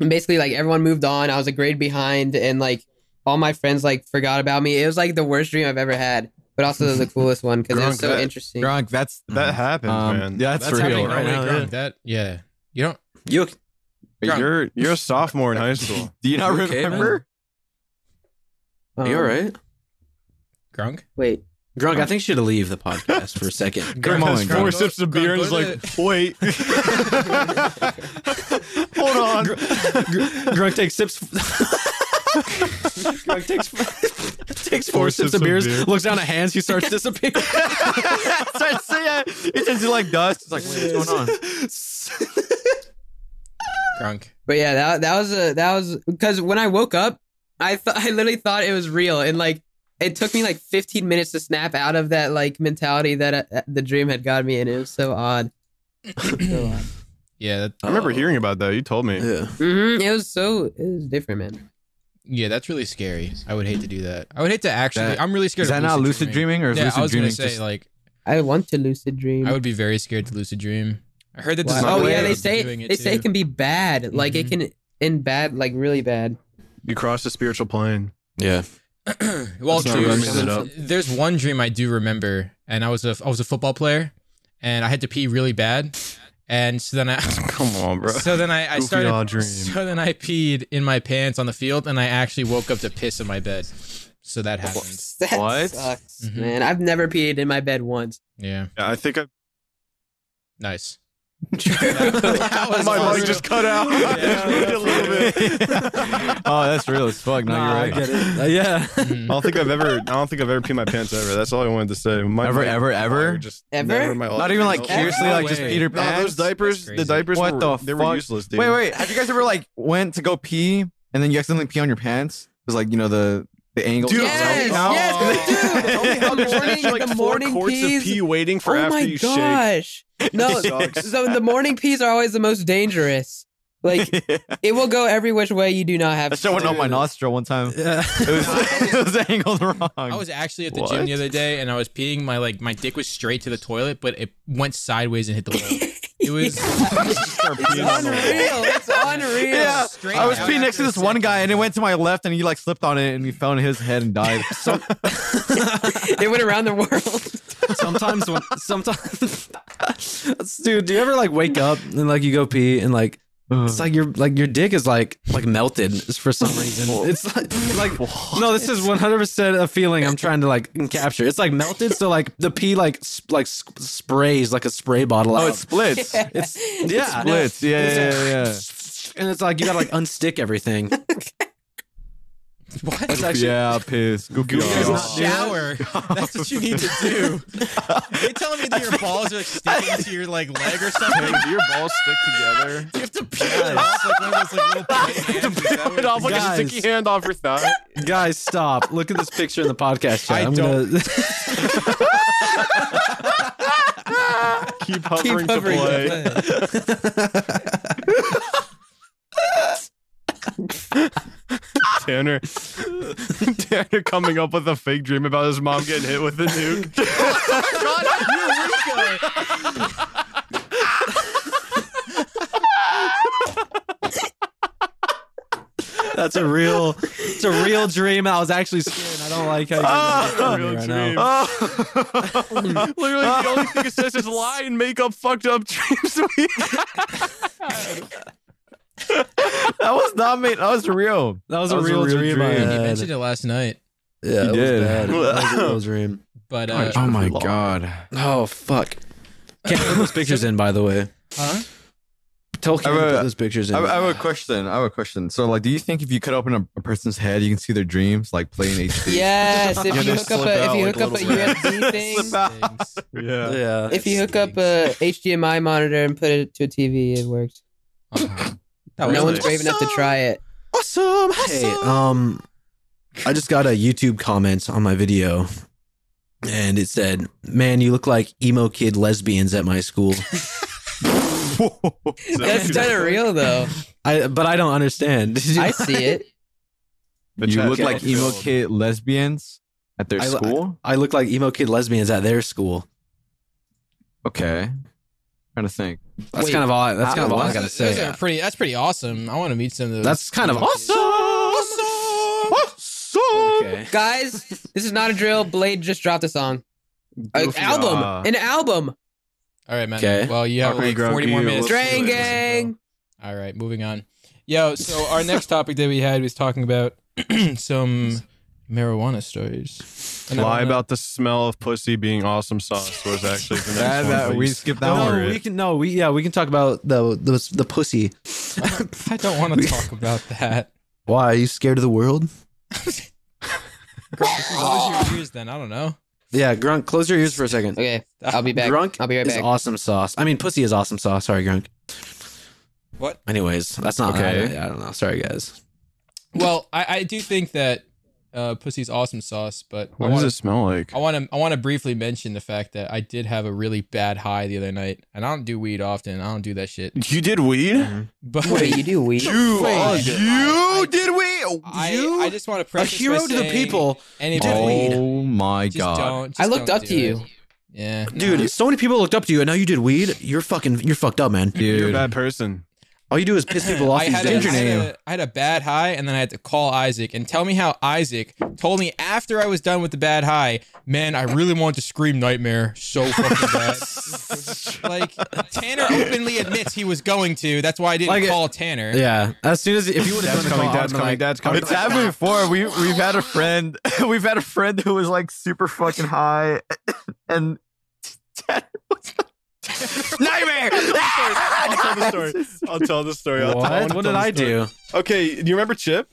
S3: and basically like everyone moved on. I was a grade behind and like all my friends like forgot about me. It was like the worst dream I've ever had, but also the coolest one because it was
S4: Drunk
S3: so
S4: that-
S3: interesting.
S5: Drunk, that's
S4: That happens,
S5: Um,
S4: man.
S5: yeah, that's
S2: I
S5: real.
S2: mean,
S5: Real,
S2: no,
S5: right
S2: wait,
S1: now,
S2: drunk,
S1: yeah.
S2: That yeah. You don't.
S1: You
S4: But You're you're a sophomore in high school.
S5: Do you not
S1: You okay, man?
S5: remember?
S3: Um,
S1: you all right? Um,
S2: Grunk?
S3: Wait.
S1: Drunk. I think she should leave the podcast for a second.
S5: Come on,
S4: Has
S5: Grant.
S4: four sips of
S2: Grant,
S4: beer and
S2: go
S4: is
S2: to
S4: like, wait. Hold on.
S1: Grunk takes sips. Grunk takes takes four, sips, of beers.
S4: beer.
S1: Looks down at hands. He starts disappearing.
S5: Starts to- yeah, it turns into like dust. It's like, wait, what's going on?
S2: Grunk.
S3: But yeah, that that was a that was because when I woke up, I th- I literally thought it was real, and like it took me like 15 minutes to snap out of that like mentality that uh, the dream had got me in. It was so odd. so odd.
S2: Yeah, that,
S4: I
S3: Oh.
S4: remember hearing about that. You told me.
S1: Yeah.
S3: hmm It was so it was different, man.
S2: yeah, that's really scary. I would hate to do that. I would hate to actually.
S5: That-
S2: I'm really scared.
S5: Is that
S2: of
S5: not lucid
S2: dreaming.
S5: dreaming, or is
S2: Yeah, I
S5: lucid
S2: was gonna
S5: dreaming
S2: say
S5: just
S2: like
S3: I want to lucid dream.
S2: I would be very scared to lucid dream. I heard that this.
S3: Wow.
S2: is
S4: my
S3: Oh
S4: way
S3: yeah, they
S4: of
S3: say
S2: doing it
S3: they say
S2: too.
S3: it can be bad. Like it
S4: Mm-hmm.
S3: can end bad, like really bad.
S4: You crossed the spiritual plane.
S1: Yeah.
S2: well,
S4: That's not
S2: true.
S4: really made it up.
S2: There's one dream I do remember, and I was a I was a football player, and I had to pee really bad, and so then I
S4: Come on, bro.
S2: so then I, I
S4: Goofy odd
S2: started
S4: dream.
S2: so then I peed in my pants on the field, and I actually woke up to piss in my bed. So that happened.
S3: That
S4: What?
S3: sucks,
S4: Mm-hmm.
S2: Mhm.
S3: man. I've never peed in my bed once.
S2: Yeah,
S4: Yeah, I think I,
S2: nice.
S3: That
S2: was
S4: my
S2: all
S4: mic
S2: real.
S4: just cut out.
S2: Yeah,
S4: I just moved it a little bit.
S5: oh, that's real as fuck. No,
S1: Nah, I
S5: you're
S1: get
S5: right.
S1: it. Uh, yeah.
S4: I
S5: Oh
S2: Mhm.
S4: don't think I've ever. I don't think I've ever peed my pants ever. That's all I wanted to say. My,
S5: Ever,
S4: my-
S5: ever, ever?
S4: Just
S3: Ever?
S4: never in my life.
S5: Not even like
S4: No.
S5: seriously,
S2: No
S5: like just
S2: way.
S5: Peter
S4: No,
S5: Pan.
S4: those diapers.
S2: That's crazy.
S4: The diapers.
S5: What
S4: were,
S5: the
S4: They
S5: fuck?
S4: were useless, dude.
S5: Wait, wait. Have you guys ever like went to go pee and then you accidentally pee on your pants? It was like you know the the angle.
S4: Dude,
S3: Yes,
S4: tell me-
S3: yes, dude.
S4: Tell me how
S3: The
S4: there's
S3: morning-
S4: actually like
S3: the
S4: four
S3: morning
S4: quarts
S3: peas.
S4: of pee waiting for after you shake.
S3: Oh gosh! No,
S4: Sucks.
S3: so the morning peas are always the most dangerous. Like it will go every which way you do not have.
S5: I shot went
S3: to.
S5: on my nostril one time.
S1: Yeah.
S5: It was, it was angled wrong.
S2: I was actually at the
S4: What?
S2: gym the other day, and I was peeing. My like my dick was straight to the toilet, but it went sideways and hit the wall. It was.
S3: It's unreal. It's unreal.
S5: yeah,
S2: straight
S5: I was
S2: out
S5: peeing next to
S2: after
S5: this
S2: the
S5: one
S2: second
S5: guy, and it
S2: one.
S5: went to my left, and he like slipped on it, and he fell on his head and died. So
S3: It went around the world.
S1: sometimes when sometimes dude do you ever like wake up and like you go pee and like It's like your like your dick is like like melted for some reason. It's like like no, this is one hundred percent a feeling I'm trying to like capture. It's like melted, so like the pee like sp- like sp- sprays like a spray bottle.
S5: Oh,
S1: out.
S5: it splits.
S1: It's yeah,
S5: Splits. Yeah, yeah, yeah, yeah.
S1: and it's like you gotta like unstick everything.
S2: What?
S1: It's actually
S5: yeah, piss. Goofy.
S4: Goofy
S5: off.
S4: is
S1: not-
S7: shower. That's what you need to do. You're telling me that your balls are like sticking to your like leg or something?
S4: do your balls stick together?
S7: You have to peel it off like one of those like little plate hands. Is that what-
S4: Put off like
S1: Guys.
S4: a sticky hand off your thigh.
S1: Guys, stop! Look at this picture in the podcast chat.
S7: I
S1: I'm
S7: don't-
S1: gonna.
S4: Keep hovering to play. Tanner, Tanner coming up with a fake dream about his mom getting hit with a nuke.
S1: That's a real. It's a real dream. I was actually scared. I don't like how you
S4: Real
S1: right
S4: dream.
S1: now.
S4: Literally, the only thing it says is lie and make up fucked up dreams. we
S5: That was not made. That was real.
S1: That was,
S5: That
S1: a, real dream. I
S5: dream. You
S2: You
S1: had.
S2: mentioned it last night,
S1: Yeah,
S5: You
S1: it was
S5: did.
S1: bad. That was a real dream.
S2: but uh,
S5: Oh my god.
S1: Oh fuck! Can't put those pictures in, by the way.
S2: huh?
S1: Tolkien
S5: I wrote-
S1: put those pictures in.
S5: I, I have a question. I have a question. So, like, do you think if you cut open a, a person's head, you can see their dreams, like playing HD?
S3: Yes, if
S4: Yeah,
S3: you
S4: they
S3: hook up
S4: slip
S3: a if
S4: out
S3: you
S4: like
S3: hook up a
S4: little rats.
S3: USB thing,
S2: Things.
S4: yeah.
S1: yeah,
S3: if you hook up a HDMI monitor and put it to a TV, it works.
S2: Uh-huh.
S3: No
S2: That was
S3: one's
S2: it.
S3: brave enough to try it.
S1: awesome. Hey, um, I just got a YouTube comment on my video, and it said, "Man, you look like emo kid lesbians at my school."
S3: That's kind of real though.
S1: I but I don't understand. Did you-
S3: I see it.
S4: The
S5: you
S4: chat
S5: look like
S4: can't
S5: emo
S4: build.
S5: kid lesbians at their
S1: I-
S5: school.
S1: I look like emo kid lesbians at their school.
S5: okay. trying to think.
S1: That's
S3: Wait,
S1: kind of all. That's
S5: I-
S1: kind of all I
S5: what?
S1: gotta
S2: Those- those
S1: say.
S2: are pretty. That's pretty awesome. I want to meet some of those.
S1: That's kind of awesome. Okay.
S3: Guys, this is not a drill. Blade just dropped a song. An
S4: Goofy,
S3: album.
S4: uh,
S3: An album.
S2: All right, man.
S1: Okay.
S2: Well, you have
S4: Awkward
S2: like 40 more
S4: groggy,
S2: minutes.
S4: let's
S3: Drain
S4: do it.
S3: Gang.
S2: All right, moving on. Yo, so our next topic that we had was talking about some marijuana stories. And I
S4: Lie
S2: don't know-
S4: about the smell of pussy being awesome sauce was actually the next
S5: That,
S4: one,
S5: that, we
S4: please.
S5: skipped that
S1: No,
S5: one.
S1: we can. No, we yeah, we can talk about the the the pussy.
S2: I don't want to talk about that.
S1: Why are you scared of the world?
S2: Close your ears, then. I don't know.
S1: Yeah, Grunk, close your ears for a second.
S3: Okay, I'll be back.
S1: Drunk
S3: I'll be right
S1: It's
S3: back.
S1: awesome sauce. I mean, pussy is awesome sauce. Sorry, Grunk.
S2: What?
S1: Anyways, that's not
S5: Okay.
S1: I, I don't know. Sorry, guys.
S2: Well, I, I do think that uh, pussy's awesome sauce, but I
S4: What does
S2: wanna-
S4: it smell like?
S2: I want to I want to briefly mention the fact that I did have a really bad high the other night, and I don't do weed often. I don't do that shit.
S4: You did weed?
S2: But
S3: Wait, you do weed?
S2: Wait.
S4: you did weed?
S2: I,
S1: Oh, you?
S2: I just want to
S1: A
S2: preface
S1: hero
S2: by
S1: to the
S2: saying
S1: people,
S2: Anybody,
S1: Did we?
S5: Oh my
S2: just
S5: god.
S2: don't.
S3: I
S2: just
S3: looked
S2: don't
S3: up
S2: do
S3: to
S2: it.
S3: you.
S2: Yeah,
S1: dude. So many people looked up to you, and now you did weed. You're fucking. You're fucked up, man.
S4: You're a
S5: Dude.
S4: bad person.
S1: All you do is piss people off.
S2: I
S1: these
S2: had, a, I,
S1: days.
S5: Ginger
S2: had
S5: name.
S2: a, I had a bad high, and then I had to call Isaac and tell me how Isaac told me after I was done with the bad high, man, I really want to scream nightmare so fucking bad. like Tanner openly admits he was going to. That's why I didn't
S1: Like,
S2: call Tanner.
S1: Yeah. As soon as if you would have done
S4: Dad's
S1: the
S4: coming,
S1: call, I would've
S4: dad's
S1: been
S4: coming,
S1: like,
S4: dad's coming.
S5: It's happened before. We we've had a friend. We've had a friend who was like super fucking high, and Tanner was like, nightmare.
S4: I'll tell the story. I'll tell the story. I'll tell-
S1: What?
S4: wanna
S1: What
S4: tell
S1: did
S4: the
S1: I
S4: story.
S1: do?
S4: Okay, do you remember Chip?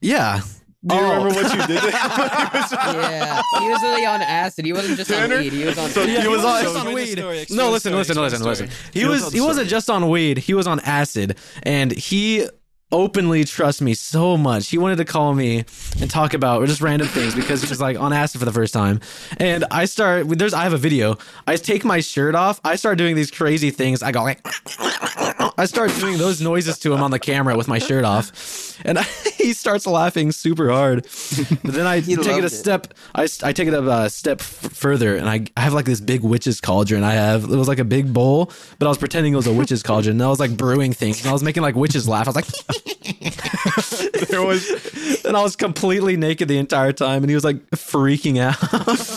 S1: Yeah.
S4: Do you
S1: Oh.
S4: remember what you did? to him?
S3: Yeah, he was really on acid. He wasn't just
S4: Tanner?
S3: on weed. He was on.
S4: So-
S3: Yeah.
S4: He was on-
S1: just
S4: explain
S2: the story, explain
S1: no,
S2: the
S1: listen,
S2: story,
S1: listen,
S2: explain
S1: listen,
S2: the
S1: listen. He,
S4: He was
S1: was
S4: on
S1: he wasn't just on weed. He was on acid, and he openly trusts me so much. He wanted to call me and talk about or just random things because he was like on acid for the first time. And I start there's I have a video. I take my shirt off. I start doing these crazy things. I go like I start doing those noises to him on the camera with my shirt off, and I, he starts laughing super hard. But then I take it
S3: loved
S1: a
S3: it.
S1: step. I, s- I take it a uh, step f- further, and I, I have like this big witch's cauldron. I have it was like a big bowl, but I was pretending it was a witch's cauldron. And I was like brewing things, and I was making like witches laugh. I was like,
S4: there was
S1: and I was completely naked the entire time, and he was like freaking out.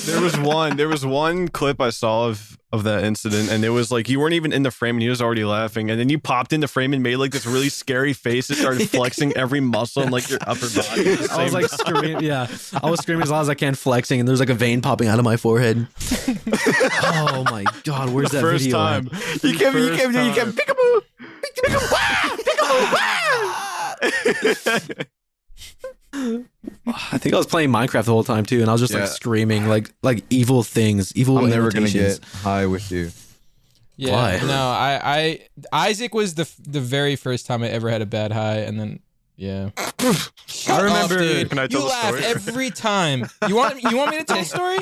S4: there was one there was one clip I saw of of of that incident, and it was like you weren't even in the frame, and he was already laughing, and then you popped in the frame and made like this really scary face and started flexing every muscle in like your upper body. at the
S1: I was
S4: same
S1: like
S4: time.
S1: screaming, yeah. I was screaming as loud as I can, flexing, and there's like a vein popping out of my forehead. oh my god, where's
S4: the
S1: that
S4: first
S1: video? at?
S4: time.
S5: You kept, you
S4: First
S5: kept, you
S4: time.
S5: kept, peekaboo, peekaboo, wah, peekaboo, wah.
S1: I think I was playing Minecraft the whole time too, and I was just like
S6: Yeah.
S1: screaming like like evil things, evil.
S6: I'm never gonna
S1: imitations.
S6: get high with you.
S2: Yeah.
S1: Why?
S2: No, I, I Isaac was the f- the very first time I ever had a bad high, and then yeah. Shut
S4: I
S2: up,
S4: remember-
S2: dude.
S4: Can I tell
S2: you
S4: the
S2: laugh
S4: story?
S2: every time. You want you want me to tell the story?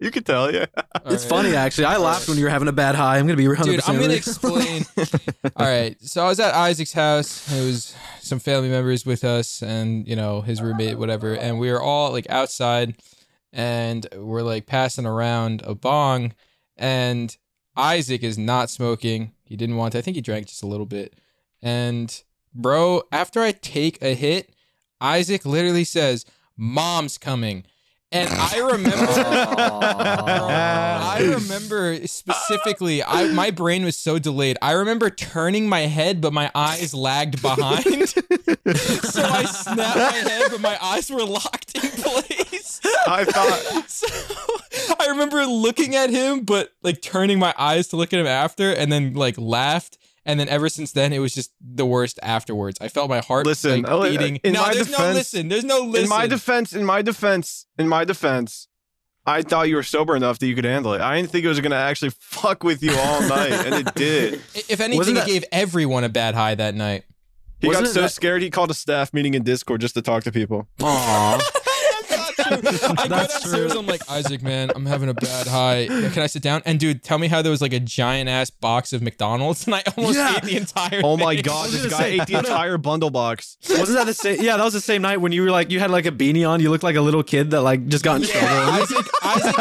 S4: You could tell, yeah.
S1: It's funny actually. I laughed when you were having a bad high. I'm gonna be 100.
S2: Dude, I'm gonna explain. All right, so I was at Isaac's house. It was some family members with us, and you know his roommate, whatever. And we were all like outside, and we're like passing around a bong, and Isaac is not smoking. He didn't want to. I think he drank just a little bit. And bro, after I take a hit, Isaac literally says, "Mom's coming," and I remember.
S4: Oh.
S2: I remember specifically. I my brain was so delayed. I remember turning my head, but my eyes lagged behind. so I snapped my head, but my eyes were locked in place.
S4: I thought
S2: So I remember looking at him, but like turning my eyes to look at him after, and then like laughed. And then ever since then, it was just the worst. Afterwards, I felt my heart
S4: Listen,
S2: like,
S4: oh,
S2: beating.
S4: in
S2: no,
S4: my
S2: there's no
S4: defense-
S2: listen. There's no listen.
S4: in my defense, in my defense, in my defense, I thought you were sober enough that you could handle it. I didn't think it was gonna actually fuck with you all night, and it did.
S2: I- if anything,
S1: that-
S2: it gave everyone a bad high that night.
S4: He
S1: Wasn't
S4: got
S1: it
S4: so
S1: that-
S4: scared he called a staff meeting in Discord just to talk to people.
S2: That's not true. I go
S1: That's
S2: downstairs.
S1: true.
S2: I'm like, Isaac, man, I'm having a bad high. Can I sit down? And dude, tell me how there was like a giant ass box of McDonald's, and I almost
S1: Yeah.
S2: ate the entire.
S4: Oh my
S2: thing.
S4: god, this
S1: gonna
S4: guy
S1: say-
S4: ate the entire bundle box.
S1: Wasn't that the same? Yeah, that was the same night when you were like you had like a beanie on. You looked like a little kid that like just got in trouble.
S2: Isaac, Isaac,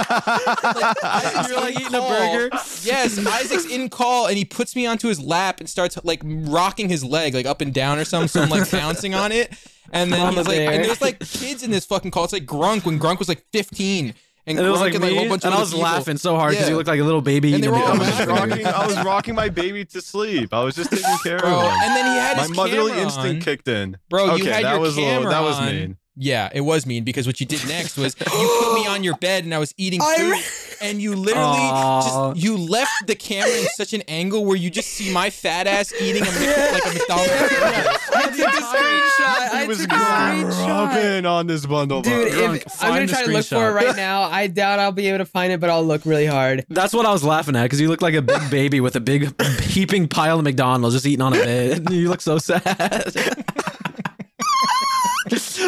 S2: Isaac's
S1: You're, like,
S2: in
S1: eating a
S2: call.
S1: burger.
S2: Yes, Isaac's in call, and he puts me onto his lap and starts like rocking his leg like up and down or something. So I'm like bouncing on it, and then
S3: Mama
S2: he's like,
S3: bear.
S2: and there's like kids in this fucking call. It's like Grunk when Grunk was like 15, and,
S1: And it
S2: Grunk
S1: was like
S2: and
S1: me,
S2: like a whole
S1: and
S2: bunch of
S1: I
S2: other
S1: was
S2: people.
S1: laughing so hard because
S2: Yeah.
S1: you looked like a little baby.
S2: And they
S1: eating
S2: were
S1: a
S2: all
S4: I
S1: McDonald's
S4: was
S2: laughing.
S1: burger.
S4: rocking, I was rocking my baby to sleep. I was just taking care
S2: Bro,
S4: of him.
S2: and then he had
S4: My
S2: his
S4: motherly
S2: camera
S4: instinct
S2: on.
S4: kicked in.
S2: Bro,
S4: okay,
S2: you had
S4: that
S2: your
S4: was a little,
S2: camera
S4: that was
S2: on.
S4: mean.
S2: Yeah, it was mean because what you did next was you put me on your bed and I was eating
S3: I
S2: food
S3: re-
S2: and you literally
S1: Aw.
S2: just you left the camera in such an angle where you just see my fat ass eating a Mc- like a McDonald's.
S3: I took a screenshot. I
S4: He was
S3: took a screenshot.
S4: rocking on this bundle
S3: Dude,
S4: box.
S1: Drunk.
S3: if, I'm gonna
S1: Find the
S3: try to look for it
S1: screenshot.
S3: right now. I doubt I'll be able to find it, but I'll look really hard.
S1: That's what I was laughing at because you looked like a big baby with a big heaping pile of McDonald's just eating on a bed. You look so sad. I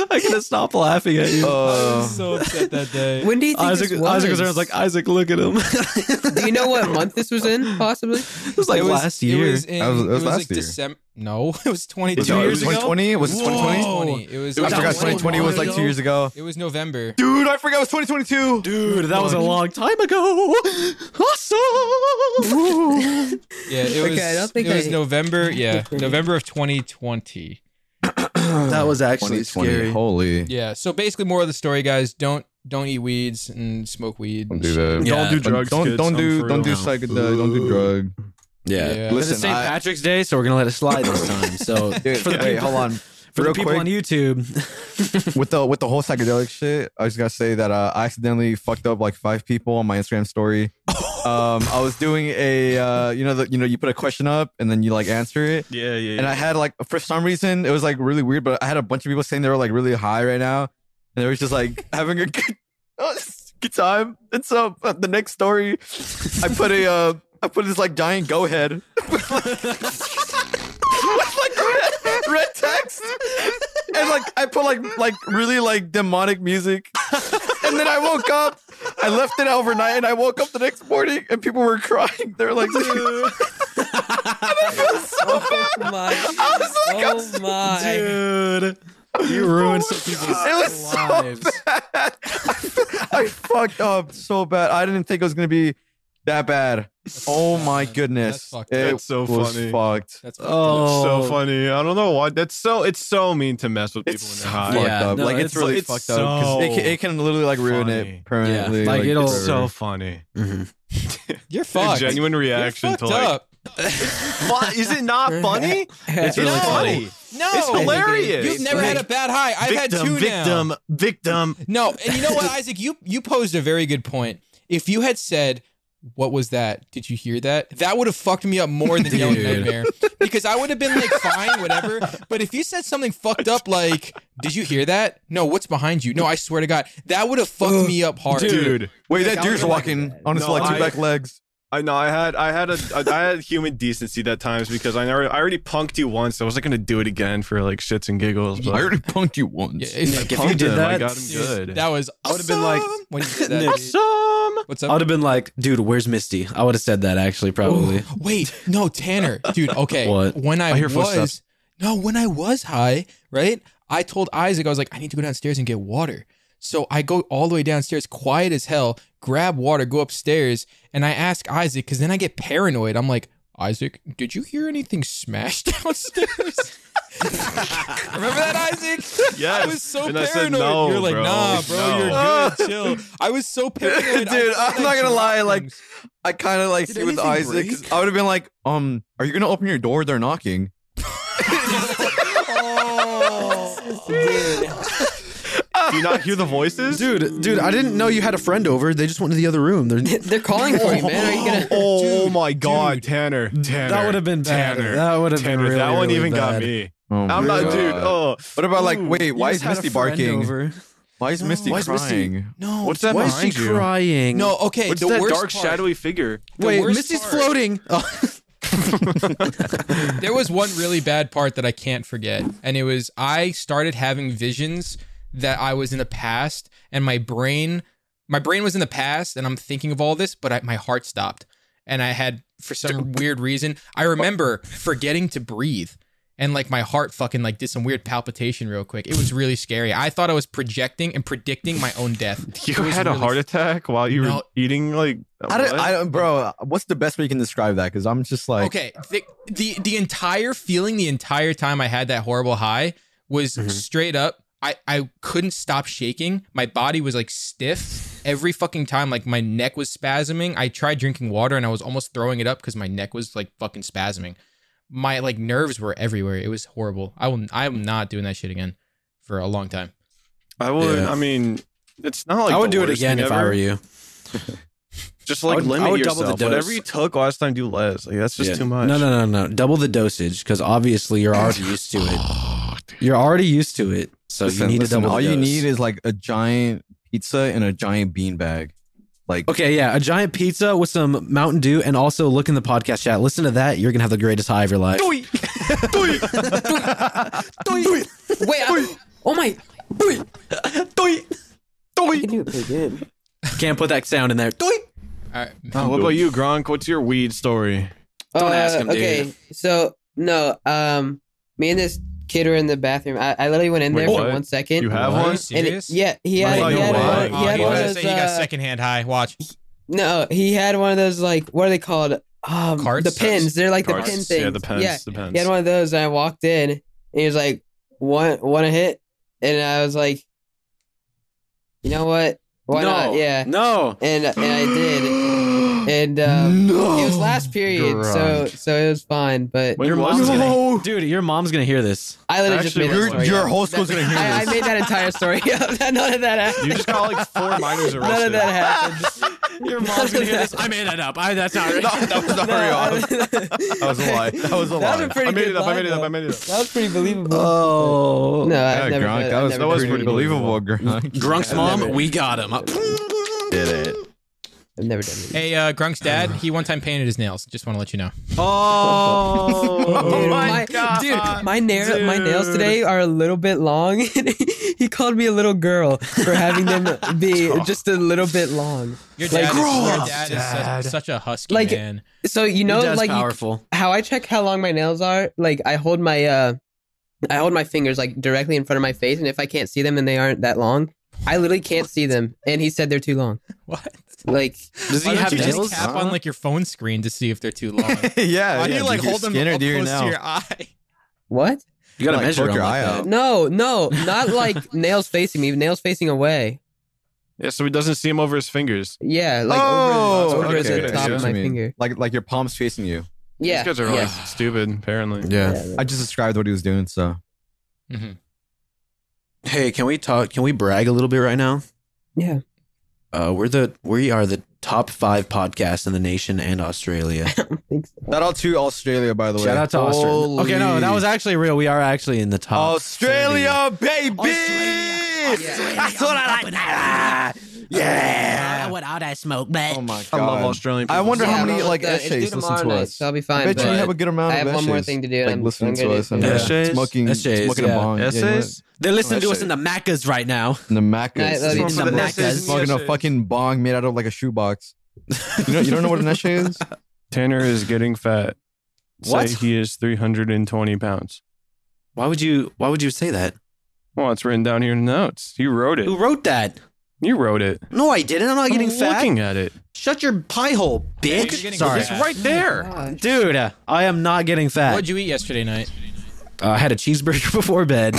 S1: couldn't stop laughing at you.
S6: Oh.
S2: I'm so upset that day.
S3: When do you think
S1: Isaac,
S3: this was?
S1: Isaac was there. I was like, Isaac, look at him. it
S3: Do you know what month this was in? Possibly.
S1: was like
S2: It was-
S1: last year.
S2: It was, in,
S6: That was- that
S2: it
S6: was
S2: was
S6: last
S2: like
S6: year.
S2: December. No, it was 22
S6: Was it-
S2: years
S6: was it
S2: ago.
S6: 2020? Was it 2020?
S2: 2020. It was,
S6: I forgot 2020 was like two years ago.
S2: It was November.
S6: Dude, I forgot it was 2022.
S1: Dude, that was a long time ago. Awesome.
S2: Yeah, it was.
S3: Okay, I don't think
S2: it was
S3: I-
S2: November. Yeah, November of 2020.
S1: that was actually
S6: 2020.
S1: scary.
S6: Holy.
S2: Yeah. So basically, more of the story, guys. Don't don't eat weeds and smoke weed.
S6: Don't do that.
S1: Yeah.
S4: Don't do drugs.
S6: Don't
S4: kids.
S6: don't
S4: I'm
S6: do
S4: for
S6: don't do
S4: real now.
S6: psychedelic. Don't do drug.
S2: Yeah.
S1: It's
S6: Listen,
S1: St.
S6: I-
S1: Patrick's Day, so we're gonna let it slide this time. So
S6: Dude,
S1: for the
S6: wait,
S1: people,
S6: hold on.
S1: for the
S6: Real
S1: people
S6: quick.
S1: on YouTube,
S6: with the with the whole psychedelic shit, I just gotta say that uh, I accidentally fucked up like five people on my Instagram story. um, I was doing a uh, you know the, you know you put a question up and then you like answer it,
S4: Yeah, yeah,
S6: and I had like for some reason it was like really weird, but I had a bunch of people saying they were like really high right now, and they were just like having a good, good time. And so uh, the next story, I put a uh, I put this like giant go head. with, like, with, like, red, red text and like I put like like really like demonic music and then I woke up I left it overnight and I woke up the next morning and people were crying they were like dude
S3: Oh my.
S6: I was like I'm
S3: Oh my.
S1: dude, you ruined some people's
S6: It was so
S1: lives.
S6: I fucked up so bad. I didn't think it was gonna be that bad. Oh my
S2: That's
S6: goodness,
S2: fucked
S6: it
S4: That's so
S6: was
S4: funny.
S6: fucked.
S2: That's fucked up.
S1: Oh,
S4: so funny. I don't know why. That's so. It's so mean to mess with people
S6: It's
S4: when
S6: so
S4: they're
S6: fucked
S4: high.
S1: Yeah.
S6: up.
S1: no,
S6: like it's,
S1: it's-
S6: really
S1: it's
S6: fucked up because it, can-
S4: so
S6: it can literally like ruin
S4: funny.
S6: it permanently.
S1: Yeah, like, it'll-
S4: It's so funny.
S6: Mm-hmm.
S1: Mhm.
S2: You're
S4: A
S2: fucked.
S4: genuine
S2: You're
S4: reaction
S2: fucked
S4: to like.
S2: up.
S4: Fu- is it not funny?
S1: It's
S4: really
S2: No.
S4: funny.
S2: No,
S4: It's hilarious.
S2: You've never had a bad high. I've had two now.
S4: victim, victim.
S2: No, and you know what, Isaac? You you posed a very good point. If you had said, "What was that? Did you hear that?" That would have fucked me up more than Young
S1: Dude.
S2: Nightmare because I would have been like, "Fine, whatever." But if you said something fucked up like, "Did you hear that?" No, what's behind you? No, I swear to God, that would have fucked me up hard,
S4: Dude,
S6: Wait, that
S3: Like, I
S6: deer's
S3: don't like
S6: walking
S3: that.
S6: on its
S4: No,
S6: like two
S4: I-
S6: back legs.
S4: I know I had I had a I I had human decency that times because I never I already punked you once. I wasn't gonna do it again for like shits and giggles. But
S6: punked you once.
S2: Yeah, it's-
S1: Nick, if
S4: punked
S1: you did
S4: him. I
S1: that,
S4: got him good.
S2: That was
S1: I would've been like,
S2: awesome when you did that,
S1: Nick.
S2: dude.
S4: Awesome.
S2: What's
S1: I
S2: up?
S1: would have been like, dude, where's Misty? I would have said that actually, probably.
S2: Oh, wait, no, Tanner, dude. Okay,
S1: What?
S2: when I,
S4: I hear
S2: was
S4: footsteps.
S2: no, when I was high, right? I told Isaac I was like, I need to go downstairs and get water. So I go all the way downstairs, quiet as hell, grab water, go upstairs, and I ask Isaac because then I get paranoid. I'm like, Isaac, did you hear anything smashed downstairs? Remember that, Isaac?
S4: Yes.
S2: I was so
S4: And I
S2: paranoid.
S4: said, "No,
S2: You're like,
S4: bro.
S2: nah, bro,
S4: No."
S2: you're good. Chill. I was so paranoid. I
S6: Dude,
S2: thought
S6: I'm
S2: I
S6: not gonna
S2: dropped
S6: lie, like,
S2: things.
S6: I kind of like
S1: Did
S6: see with
S1: anything
S6: Isaac. 'cause
S1: break?
S6: I would have been like, um, are you gonna open your door? They're knocking.
S4: Do you not hear the voices?
S1: Dude, dude, I didn't know you had a friend over. They just went to the other room. They're,
S3: They're calling for you, man. Are you gonna?
S4: oh my god, Tanner. Tanner.
S1: that would have been bad.
S4: Tanner.
S1: That would have been
S4: Tanner.
S1: really,
S4: that one
S1: really
S4: even got
S1: bad.
S4: me.
S6: Oh
S4: I'm
S6: my
S4: not, dude.
S6: God.
S4: Oh,
S6: What about like,
S4: Ooh,
S6: wait,
S1: You
S6: why
S1: just
S6: is
S1: had a
S6: Misty
S1: friend
S6: barking?
S1: over.
S6: Why is Misty
S1: Why is Misty-
S6: crying?
S2: no,
S4: what's that
S1: Why is she
S4: behind you?
S1: crying?
S2: no. Okay,
S4: What's
S2: the
S4: that
S2: worst part-
S4: dark, shadowy figure?
S2: the
S1: wait,
S2: worst
S1: Misty's
S2: part-
S1: floating.
S6: Uh,
S2: there was one really bad part that I can't forget, and it was I started having visions that I was in the past, and my brain, my brain was in the past, and I'm thinking of all this, but I, my heart stopped, and I had for some weird reason I remember forgetting to breathe. And like my heart fucking like did some weird palpitation real quick. It was really scary. I thought I was projecting and predicting my own death.
S4: You
S2: It was
S4: had a
S2: really
S4: heart attack while you
S2: No.
S4: were eating like.
S6: I don't,
S4: what?
S6: I don't, bro. What's the best way you can describe that? Because I'm just like,
S2: okay the, the the entire feeling the entire time i had that horrible high was straight up i i couldn't stop shaking my body was like stiff every fucking time like my neck was spasming i tried drinking water and i was almost throwing it up because my neck was like fucking spasming my like nerves were everywhere it was horrible i will i'm not doing that shit again for a long time
S4: I would.
S1: Yeah.
S4: I mean, it's not like
S1: I would
S4: the
S1: do it
S4: worst
S1: again
S4: thing
S1: if
S4: ever.
S1: I were you.
S4: Just
S1: I
S4: like
S1: would- I
S4: limit
S1: would
S4: yourself.
S1: double the dose.
S4: Whatever you took last time, do less. Like that's just
S1: Yeah.
S4: too much.
S1: No, no, no, no. Double the dosage because obviously you're already used to it. You're already used to it, so
S6: Oh, listen,
S1: you need
S6: listen,
S1: to double.
S6: all
S1: the
S6: you
S1: dose.
S6: need is like a giant pizza and a giant bean bag. Like,
S1: okay, yeah, a giant pizza with some Mountain Dew, and also look in the podcast chat. Listen to that. You're gonna have the greatest high of your life.
S3: Wait. I, oh my.
S1: Can't put that sound in there.
S2: all right
S4: Oh, what about you, Gronk? What's your weed story?
S1: Don't ask him, dude.
S3: Uh, Okay. So no. Um, me and this kid were in the bathroom. I, I literally went in
S4: Wait,
S3: there for
S4: what?
S3: one second.
S4: You have
S2: What?
S4: one?
S2: Are you
S3: and it-
S2: serious
S3: yeah, he had,
S4: Like
S3: he had,
S4: what?
S3: one- he had
S7: he,
S3: one
S7: was
S3: of
S7: gonna
S3: those.
S7: say he got
S3: uh,
S7: secondhand high. Watch.
S3: No, he had one of those like what are they called? Um,
S2: Carts?
S3: the pins. They're like
S4: Carts.
S3: the pin things.
S4: Yeah, the pens.
S3: Yeah,
S4: The pens.
S3: he had one of those, and I walked in, and he was like, "Want want a hit?" And I was like, "You know what? Why
S1: no,
S3: not? Yeah."
S1: No.
S3: And and I did, and um, it was last period, so so it was fine. But
S4: When
S1: Your
S4: was
S1: mom's
S4: it?
S1: gonna, dude, your mom's gonna hear this.
S3: I literally
S4: Actually,
S3: just made that
S4: your-
S3: story
S6: your
S3: up.
S6: whole school's
S3: That-
S6: gonna hear
S3: I,
S6: this.
S3: I made that entire story up. None of
S4: You
S3: that happened.
S4: just got like four minors arrested.
S3: None of that happened.
S1: Your
S3: mom's gonna hear this.
S1: I made that up. I, that's not
S6: no, that was not
S3: No,
S6: very
S3: I-
S6: honest. That was a lie. That was a
S3: That was
S6: lie.
S3: a pretty
S4: I made
S3: good
S4: it up. I
S3: line,
S4: made it up.
S3: though.
S4: I made it up.
S3: That was pretty believable.
S1: Oh.
S3: no,
S6: Yeah,
S3: I've never.
S6: Gronk,
S3: I've
S6: that was
S3: never
S6: that was
S3: done
S6: pretty
S3: it.
S6: believable, Gronk.
S1: Grunk's
S3: I've
S1: mom,
S3: never-
S1: we got him.
S6: did it.
S3: I've never done it.
S2: hey uh grunk's dad he one time painted his nails just want to let you know
S4: Oh,
S3: Dude, dude, my nail, my nails today are a little bit long. he called me a little girl for having them be just a little bit long.
S2: your dad,
S3: Like,
S2: is,
S3: grow
S2: your
S3: up,
S2: dad is such, such a husky
S3: Like,
S2: man
S3: So you know, like you-
S1: powerful.
S3: how I check how long my nails are. Like I hold my uh, I hold my fingers like directly in front of my face, and if I can't see them and they aren't that long, I literally can't see them, and he said they're too long.
S7: What?
S3: Like
S1: Does
S7: Why
S1: he
S7: don't
S1: have
S7: you
S1: nails?
S7: just tap on like your phone screen to see if they're too long? Why
S6: yeah.
S7: do
S6: yeah,
S7: you like
S6: do your
S7: hold them
S6: skin or
S7: up
S6: do your
S7: close to
S6: nail?
S7: your eye?
S3: what?
S1: You gotta
S6: Like,
S1: measure
S6: poke
S1: them
S6: your
S1: like
S6: eye
S1: that.
S6: out.
S3: No, no, not like nails facing me. Nails facing away.
S4: Yeah, so he doesn't see him over his fingers.
S3: Yeah, like
S6: Oh,
S3: over, over
S4: okay.
S3: the
S4: I see
S3: top
S4: what
S3: of
S6: you
S3: my
S6: mean.
S3: finger.
S6: Like like your palms facing you.
S3: Yeah,
S4: These guys are really
S3: yeah.
S4: stupid, apparently.
S1: Yeah.
S6: I just described what he was doing, so
S1: Mm-hmm. Hey, can we talk? Can we brag a little bit right now?
S3: Yeah.
S1: Uh, we're the we are the top five podcasts in the nation and Australia.
S3: Thanks.
S6: shout out to Australia, by the way.
S1: Shout out to Australia. Okay, no, that
S6: Holy-
S1: was actually real. We are actually in the top.
S6: Australia, baby.
S3: That's
S6: what I like. yeah.
S1: what all that smoke, but
S6: Oh my god.
S4: I love Australian people.
S6: I wonder
S3: Yeah,
S6: how many
S3: but
S6: like
S3: the- it's due
S6: essays listen
S3: tomorrow
S6: to
S3: night,
S6: us.
S3: So I'll be
S6: I
S3: fine.
S6: bet you
S3: but
S6: have a good
S3: I
S6: amount of
S3: have
S6: essays.
S3: one more thing to do. And
S6: like
S3: I'm,
S6: listening
S3: I'm
S6: to
S3: gonna
S6: us
S3: do
S6: and
S3: some-
S1: Yeah.
S6: uh,
S4: Essays?
S6: smoking,
S1: Essays,
S6: smoking
S1: yeah.
S6: a bong. Yeah, you know
S4: Essays?
S1: they're listening to us
S6: Actually-
S1: in the Maccas right now.
S6: what? in the Maccas.
S3: I love you
S1: In
S4: For
S1: the
S4: the
S1: Maccas.
S4: essays.
S6: smoking a fucking bong made out of like a shoebox. You know, you don't know what an essay is?
S4: Tanner is getting fat.
S1: What?
S4: Say he is 320 pounds.
S1: Why would you? Why would you say that?
S4: Well, it's written down here in the notes. You wrote it.
S1: Who wrote that?
S4: You wrote it.
S1: No, I didn't. I'm not getting
S4: I'm
S1: fat.
S4: looking at it.
S1: Shut your pie hole,
S7: you're
S1: bitch.
S7: getting
S1: Sorry,
S7: fat.
S1: It's right there, dude. uh, I am not getting fat.
S7: What'd you eat yesterday night?
S1: Uh, I had a cheeseburger before bed.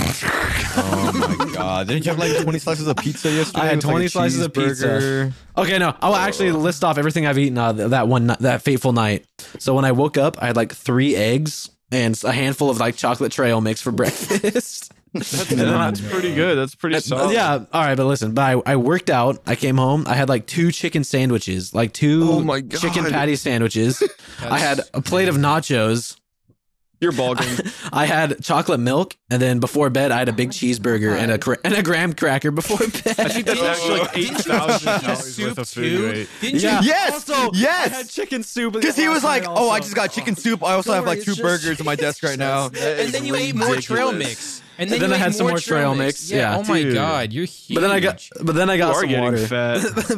S6: Oh my god! Didn't you have like twenty slices of pizza yesterday?
S1: I had
S6: It was, like, a
S1: 20 slices of pizza.
S6: cheeseburger.
S1: Okay, no, I'll actually list off everything I've eaten uh, th- that one ni- that fateful night. So when I woke up, I had like three eggs and a handful of like chocolate trail mix for breakfast.
S4: That's, that's pretty good. That's pretty solid.
S1: yeah, all right, but listen, but I, I worked out. I came home. I had like two chicken sandwiches, like two
S4: Oh my God.
S1: chicken patty sandwiches. I had a plate of nachos.
S4: You're bulking.
S1: I had chocolate milk, and then before bed, I had a
S6: Oh
S1: big cheeseburger and a cra- and a graham cracker before
S4: I think
S1: bed.
S4: that's actually like
S7: Didn't you
S4: 8,000
S7: eat
S4: calories
S7: soup
S4: worth of food you
S7: too?
S4: ate.
S7: Didn't you?
S1: Yeah.
S6: Yes,
S7: Also,
S6: yes.
S7: I had chicken soup
S6: Because he was like,
S7: last night
S6: "Oh, I
S7: also.
S6: just got chicken soup. I also
S1: Don't
S6: have
S1: worry,
S6: like two
S1: it's just-
S6: burgers on my desk right now."
S7: And then you ate more trail mix. And then,
S1: Then
S7: you
S1: I
S7: ate
S1: had some more trail mix, yeah.
S7: oh my
S4: Dude.
S7: god, you're huge.
S1: But then I got, but then I
S4: You
S1: got
S4: are
S1: some
S4: getting
S1: water.
S4: fat.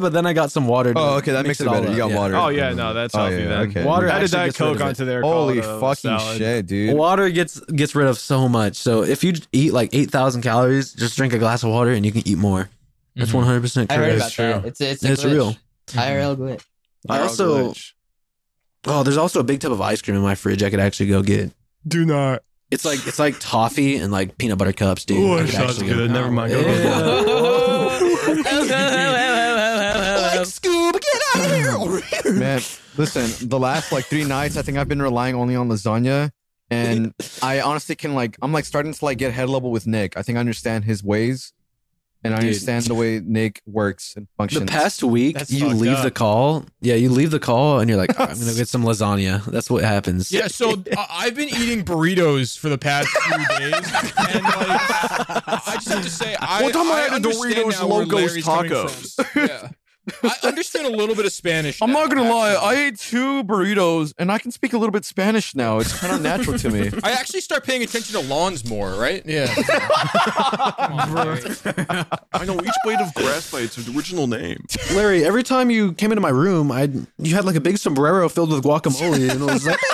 S1: but then I got some water. to
S6: Oh, okay, that
S1: mix
S6: makes it better.
S1: all
S6: You got
S1: up, yeah.
S6: water.
S4: Oh, yeah, no, that's
S6: Oh,
S4: healthy
S6: yeah,
S4: then.
S6: okay.
S1: Water
S4: Added
S1: actually
S4: Diet
S1: gets rid
S4: Coke
S1: of it.
S4: onto there.
S6: Holy
S4: call it a
S6: fucking
S4: salad.
S6: shit, dude!
S1: Water gets gets rid of so much. So if you eat like eight thousand calories, just drink a glass of water and you can eat more. That's
S7: Mhm.
S1: one hundred percent
S3: Mm-hmm. I heard
S1: correct.
S3: about that. It's it's, a
S1: It's
S3: glitch.
S1: real.
S3: IRL glitch.
S1: I also oh, there's also a big tub of ice cream in my fridge. I could actually go get.
S4: do not.
S1: It's like it's like toffee and like peanut butter cups, dude.
S4: Oh,
S1: I
S4: it
S1: could
S4: sounds
S1: actually go-
S4: good. Never mind. Go
S1: Yeah.
S4: to
S1: Like Scoob, get out of here!
S6: Man, listen, the last like three nights, I think I've been relying only on lasagna. And I honestly can like, I'm like starting to like get head level with Nick. I think I understand his ways and I
S1: Dude.
S6: understand the way Nick works and
S1: The
S6: functions.
S1: past week,
S7: That's
S1: you
S7: fucked
S1: leave
S7: up.
S1: the call. Yeah, you leave the call and you're like, "All right, I'm gonna get some lasagna. That's what happens.
S7: Yeah, so uh, I've been eating burritos for the past few days, and like, I just have to say, I,
S4: One time I
S7: I
S4: had a
S7: understand
S4: Doritos
S7: now where
S4: Locos
S7: Larry's coming
S4: taco.
S7: from. Yeah. I understand a little bit of Spanish.
S6: I'm
S7: now,
S6: not gonna lie, I
S7: actually.
S6: ate two burritos and I can speak a little bit Spanish now. It's kind of natural to me.
S7: I actually start paying attention to lawns more, right? Yeah. Come on, Larry.
S4: I know each blade of grass by its original name.
S1: Larry, every time you came into my room, I you had like a big sombrero filled with guacamole, and it was like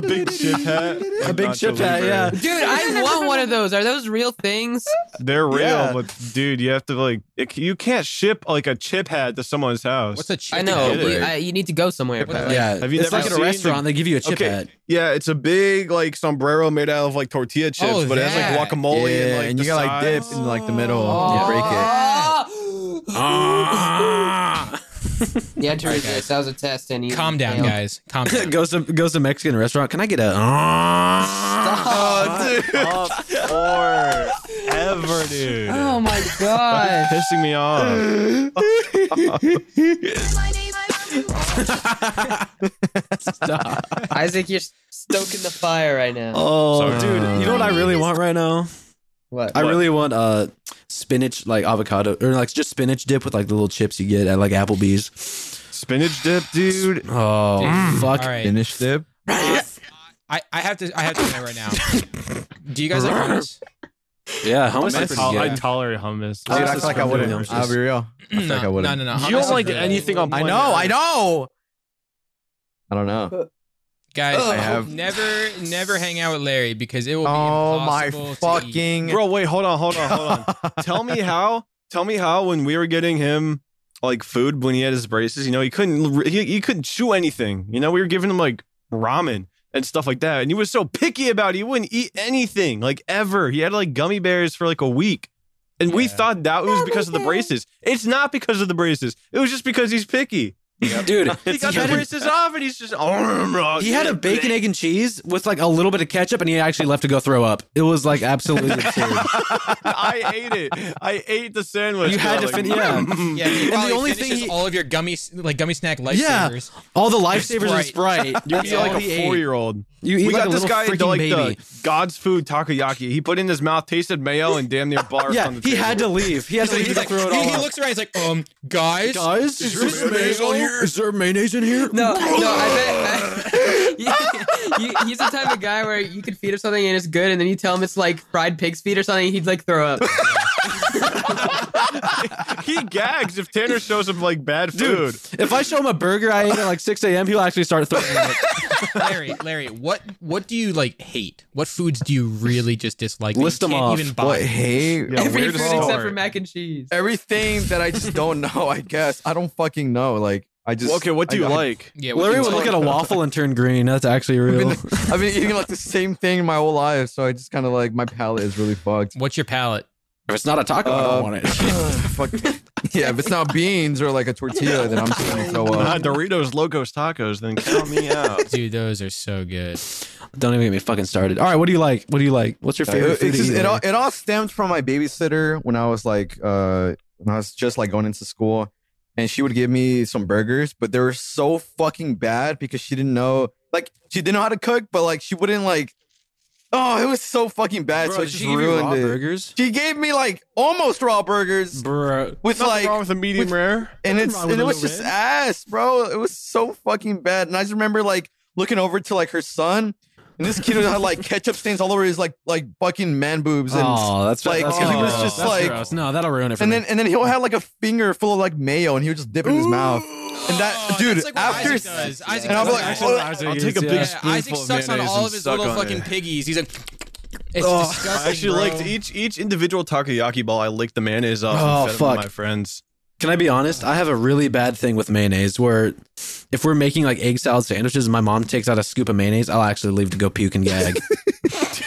S4: big chip hat.
S1: a big chip hat. Yeah,
S3: Dude, I want one of those. Are those real things?
S4: They're real,
S6: Yeah.
S4: but dude, you have to like, it, you can't ship like a chip hat to someone's house.
S7: What's a chip?
S3: I know.
S4: get it.
S3: You, I, you need to go somewhere. But like,
S1: yeah.
S4: Have you
S1: it's
S4: never
S1: like at a
S4: seen
S1: restaurant,
S4: the-
S1: they give you a chip
S4: Okay.
S1: hat.
S4: Yeah, it's a big like sombrero made out of like tortilla chips,
S7: Oh,
S4: but it has
S7: that.
S4: like guacamole and
S6: yeah,
S4: like
S6: and
S4: the
S6: you got like
S4: sides.
S6: dip in like the middle.
S3: Oh.
S6: You break it.
S3: Ah! You had to resist. That was a test. And you
S7: Calm down,
S3: failed.
S7: guys. Calm down.
S1: goes to goes to Mexican restaurant. Can I get a? uh,
S6: Oh, dude.
S4: Or ever, dude.
S3: Oh my god.
S4: Pissing me off.
S3: Isaac, you're stoking the fire right now.
S1: Oh,
S4: Sorry.
S1: dude, you know what I really want right now?
S3: What?
S1: I really want uh spinach like avocado or like just spinach dip with like the little chips you get at like Applebee's.
S4: Spinach dip, dude.
S1: Oh fuck!
S7: Mm. All right.
S6: Finish dip.
S7: I, I have to I have to say right now. Do you guys like hummus?
S1: Yeah, how much
S4: I,
S1: is
S4: tol-
S1: pretty
S4: I
S1: good?
S4: tolerate hummus.
S6: Dude, I
S1: Hummus
S6: feel
S1: is
S6: like I
S1: really
S6: wouldn't.
S1: delicious.
S6: I'll be real. I feel
S7: No,
S6: like I
S7: no,
S6: wouldn't.
S7: no, no.
S4: You
S7: hummus
S4: don't
S7: is
S4: like
S7: good.
S4: anything on.
S6: I know, I know. I don't know.
S7: Guys,
S6: I have-
S7: never, never hang out with Larry because it will be
S6: Oh my
S7: impossible to eat.
S6: fucking!
S4: Bro, wait, hold on, hold on, hold on. Tell me how tell me how when we were getting him like food when he had his braces, you know, he couldn't he, he couldn't chew anything. You know, we were giving him like ramen and stuff like that, and he was so picky about it. He wouldn't eat anything like ever. He had like gummy bears for like a week. And we
S2: Yeah.
S4: thought that was because of the braces. It's not because of the braces. It was just because he's picky.
S1: Dude,
S4: He got the braces off and he's just oh,
S1: he had a bacon, egg, and cheese with like a little bit of ketchup, and he actually left to go throw up. It was like absolutely absurd.
S4: I ate it. I ate the sandwich.
S1: You had to
S4: Like,
S1: fin- yeah.
S4: mm.
S7: Yeah, he
S1: And
S7: probably
S1: the only
S7: finishes
S1: thing he-
S7: all of your gummy s- like gummy snack
S1: Yeah.
S7: lifesavers.
S1: All the lifesavers are Sprite. You
S4: You eat like a four year old.
S1: You eat
S4: we
S1: like
S4: got
S1: a
S4: this
S1: little
S4: guy into
S1: freaking
S4: like
S1: baby.
S4: the God's food takoyaki. He put in his mouth, tasted mayo, and damn near barfed
S1: yeah,
S4: on the
S1: he had to leave. He had to
S7: So
S1: leave
S7: he's
S1: to
S7: like,
S1: throw it
S7: he,
S1: all.
S7: he
S1: up.
S7: looks around. He's like, um, guys,
S1: Guys, is there
S7: mayonnaise on here?
S1: Is there mayonnaise in here?
S3: No, no, I bet. I, you, he's the type of guy where you could feed him something and it's good, and then you tell him it's like fried pig's feet or something, he'd like throw up.
S4: he gags if Tanner shows him like bad food.
S1: Dude, if I show him a burger I ate at like 6 a.m., he'll actually start throwing it. up.
S7: Larry, Larry, what what do you like hate? What foods do you really just dislike? that you
S1: List them
S7: can't
S1: off.
S7: Even buy?
S6: What hey?
S4: Yeah,
S3: Every
S4: where
S3: food
S4: to
S3: except
S4: start?
S3: for mac and cheese.
S6: Everything that I just don't know, I guess. I don't fucking know. Like I just
S4: Well, okay, what do
S6: I-
S4: you
S6: I-
S4: like?
S7: Yeah, what
S1: Larry
S7: do
S1: would
S7: you
S1: look
S7: like?
S1: at a waffle and turn green. That's actually
S6: I've
S1: real.
S6: been, I've been eating like the same thing my whole life, so I just kind of like my palate is really fucked.
S7: What's your palate?
S1: If it's not a taco,
S6: Uh,
S1: it.
S6: Fuck. Yeah, if it's not beans or like a tortilla, then I'm just gonna throw
S4: Ah,
S6: up.
S4: Doritos, Locos Tacos. Then count me out.
S7: Dude, those are so good.
S1: Don't even get me fucking started. All right, what do you like? What do you like? What's your favorite
S6: It,
S1: food?
S6: Uh, it's
S1: to
S6: just,
S1: eat,
S6: it, all,
S1: Larry?
S6: it all stemmed from my babysitter when I was like uh when I was just like going into school, and she would give me some burgers, but they were so fucking bad because she didn't know like she didn't know how to cook, but like she wouldn't like. Oh, it was so fucking bad. so it just ruined it.
S1: burgers?
S6: She gave me like almost raw burgers
S1: Bro,
S6: with
S4: Nothing
S6: like
S4: wrong with a medium
S6: with-
S4: rare.
S6: and
S1: Nothing
S6: it's
S1: wrong with
S6: and it
S1: a
S6: was
S1: little
S6: just
S1: red.
S6: ass, bro. It was so fucking bad. And I just remember like looking over to like her son, and this kid had like ketchup stains all over his like like fucking man boobs, and
S1: oh, that's
S6: like,
S1: that's
S6: he
S1: kinda
S6: was
S1: gross.
S6: just
S1: That's
S6: like-
S1: gross. no, that'll ruin it for
S6: and
S1: me.
S6: then and then he'll have like a finger full of like mayo, and he would just dip it in his mouth. And that
S7: Oh,
S6: dude
S7: that's like what
S6: after
S7: Isaac does. Isaac
S6: and I'll be
S7: does
S6: like,
S7: that.
S6: "Oh,
S4: I'll take a big
S7: Yeah,
S4: spoonful
S7: Isaac
S4: of
S7: sucks on
S4: mayonnaise
S7: all
S4: and
S7: of his
S4: suck
S7: little
S4: on it.
S7: fucking piggies. He's like, it's
S4: Oh,
S7: disgusting.
S4: I actually
S7: bro.
S4: liked each each individual takoyaki ball. I licked the mayonnaise off.
S1: Oh,
S4: and fed it to
S1: fuck.
S4: my friends.
S1: Can I be honest? I have a really bad thing with mayonnaise where if we're making like egg salad sandwiches and my mom takes out a scoop of mayonnaise, I'll actually leave to go puke and gag.
S7: And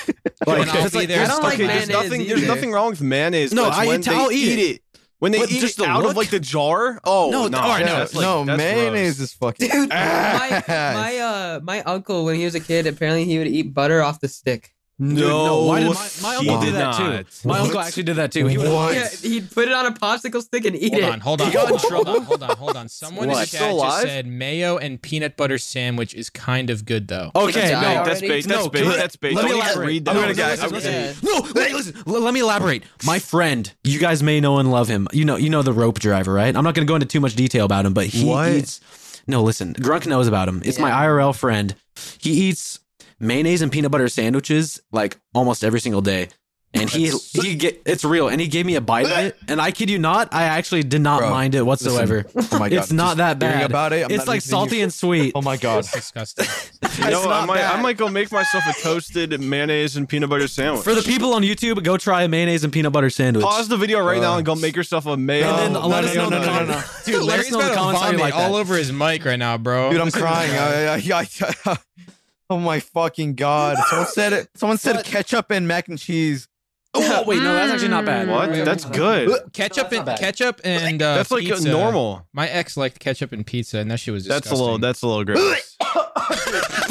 S7: I'll
S4: it's
S7: be there
S4: there's-
S3: I don't like
S4: okay, there's
S3: mayonnaise
S4: nothing. There's
S3: either.
S4: nothing wrong with mayonnaise.
S1: No,
S4: but it's
S1: I
S4: when
S1: eat-
S4: they
S1: I'll eat it.
S4: when they
S1: But
S4: eat
S1: just
S4: it
S1: the
S4: out
S1: look?
S4: of like the jar. Oh
S1: No,
S4: no,
S1: all right, no,
S4: that's, like,
S6: no,
S4: that's
S6: mayonnaise
S4: gross.
S6: is fucking.
S3: my my uh my uncle when he was a kid, apparently he would eat butter off the stick.
S4: No,
S1: Dude, why did my, my
S4: he
S1: uncle did
S4: did
S1: that too.
S4: not.
S1: My
S6: What?
S1: uncle actually did that too. He would-
S6: What?
S3: Yeah, he'd put it on a popsicle stick and eat
S7: Hold
S3: it.
S7: on, hold on, hold on, hold on, hold on, hold on. Someone in
S1: What?
S7: the
S1: Is
S7: chat
S6: still
S7: just
S6: alive?
S7: said mayo and peanut butter sandwich is kind of good though.
S4: Oh,
S1: Okay,
S3: That's
S1: no,
S3: bait.
S4: That's bait. That's
S3: already-
S1: No,
S4: bait.
S1: let-
S4: That's bait.
S1: let me
S4: Don't even
S1: elaborate.
S4: read
S1: I'm
S4: that.
S1: gonna
S4: No,
S1: guess.
S4: no, no,
S1: I'm gonna-
S4: no.
S3: Yeah.
S1: No, wait, listen. L- let me elaborate. My friend, you guys may know and love him. You know, you know the rope driver, right? I'm not going to go into too much detail about him, but he
S6: What?
S1: eats. No, listen. Grunk knows about him. It's my IRL friend. He eats mayonnaise and peanut butter sandwiches like almost every single day. And he he get it's real. And he gave me a bite of it. And I kid you not, I actually did not
S6: Bro,
S1: mind it
S6: Listen,
S1: whatsoever.
S6: oh my god,
S1: it's not
S6: just
S1: that
S6: hearing
S1: bad.
S6: About it, I'm
S1: it's
S6: not
S1: like
S6: listening to
S1: salty
S6: you.
S1: and sweet.
S6: Oh my god,
S7: It's disgusting.
S4: You know,
S1: It's
S4: what, I
S1: not
S4: might,
S1: bad.
S4: I might go make myself a toasted mayonnaise and peanut butter sandwich.
S1: For the people on YouTube, go try a mayonnaise and peanut butter sandwich.
S4: pause the video right
S6: Uh,
S4: now and go make yourself a mayo.
S1: And then
S6: No,
S1: let
S6: no,
S1: us
S6: no,
S1: know in
S6: no,
S1: the
S6: no, no,
S1: comments.
S7: Dude,
S1: let us
S7: Larry's
S1: know in
S7: got a
S1: the comments how you
S7: vomit
S1: like that.
S7: all over his mic right now, bro.
S6: dude, I'm crying. I, I, I, I, oh my fucking god! Someone said it. Someone said ketchup and mac and cheese.
S1: Oh wait, no, that's actually not bad.
S4: what? That's
S1: Uh,
S4: good.
S7: ketchup and
S1: No, that's not bad.
S7: ketchup and uh,
S4: that's like a
S7: pizza.
S4: normal.
S7: My ex liked ketchup and pizza, and that shit was disgusting.
S4: That's a little. That's a little gross.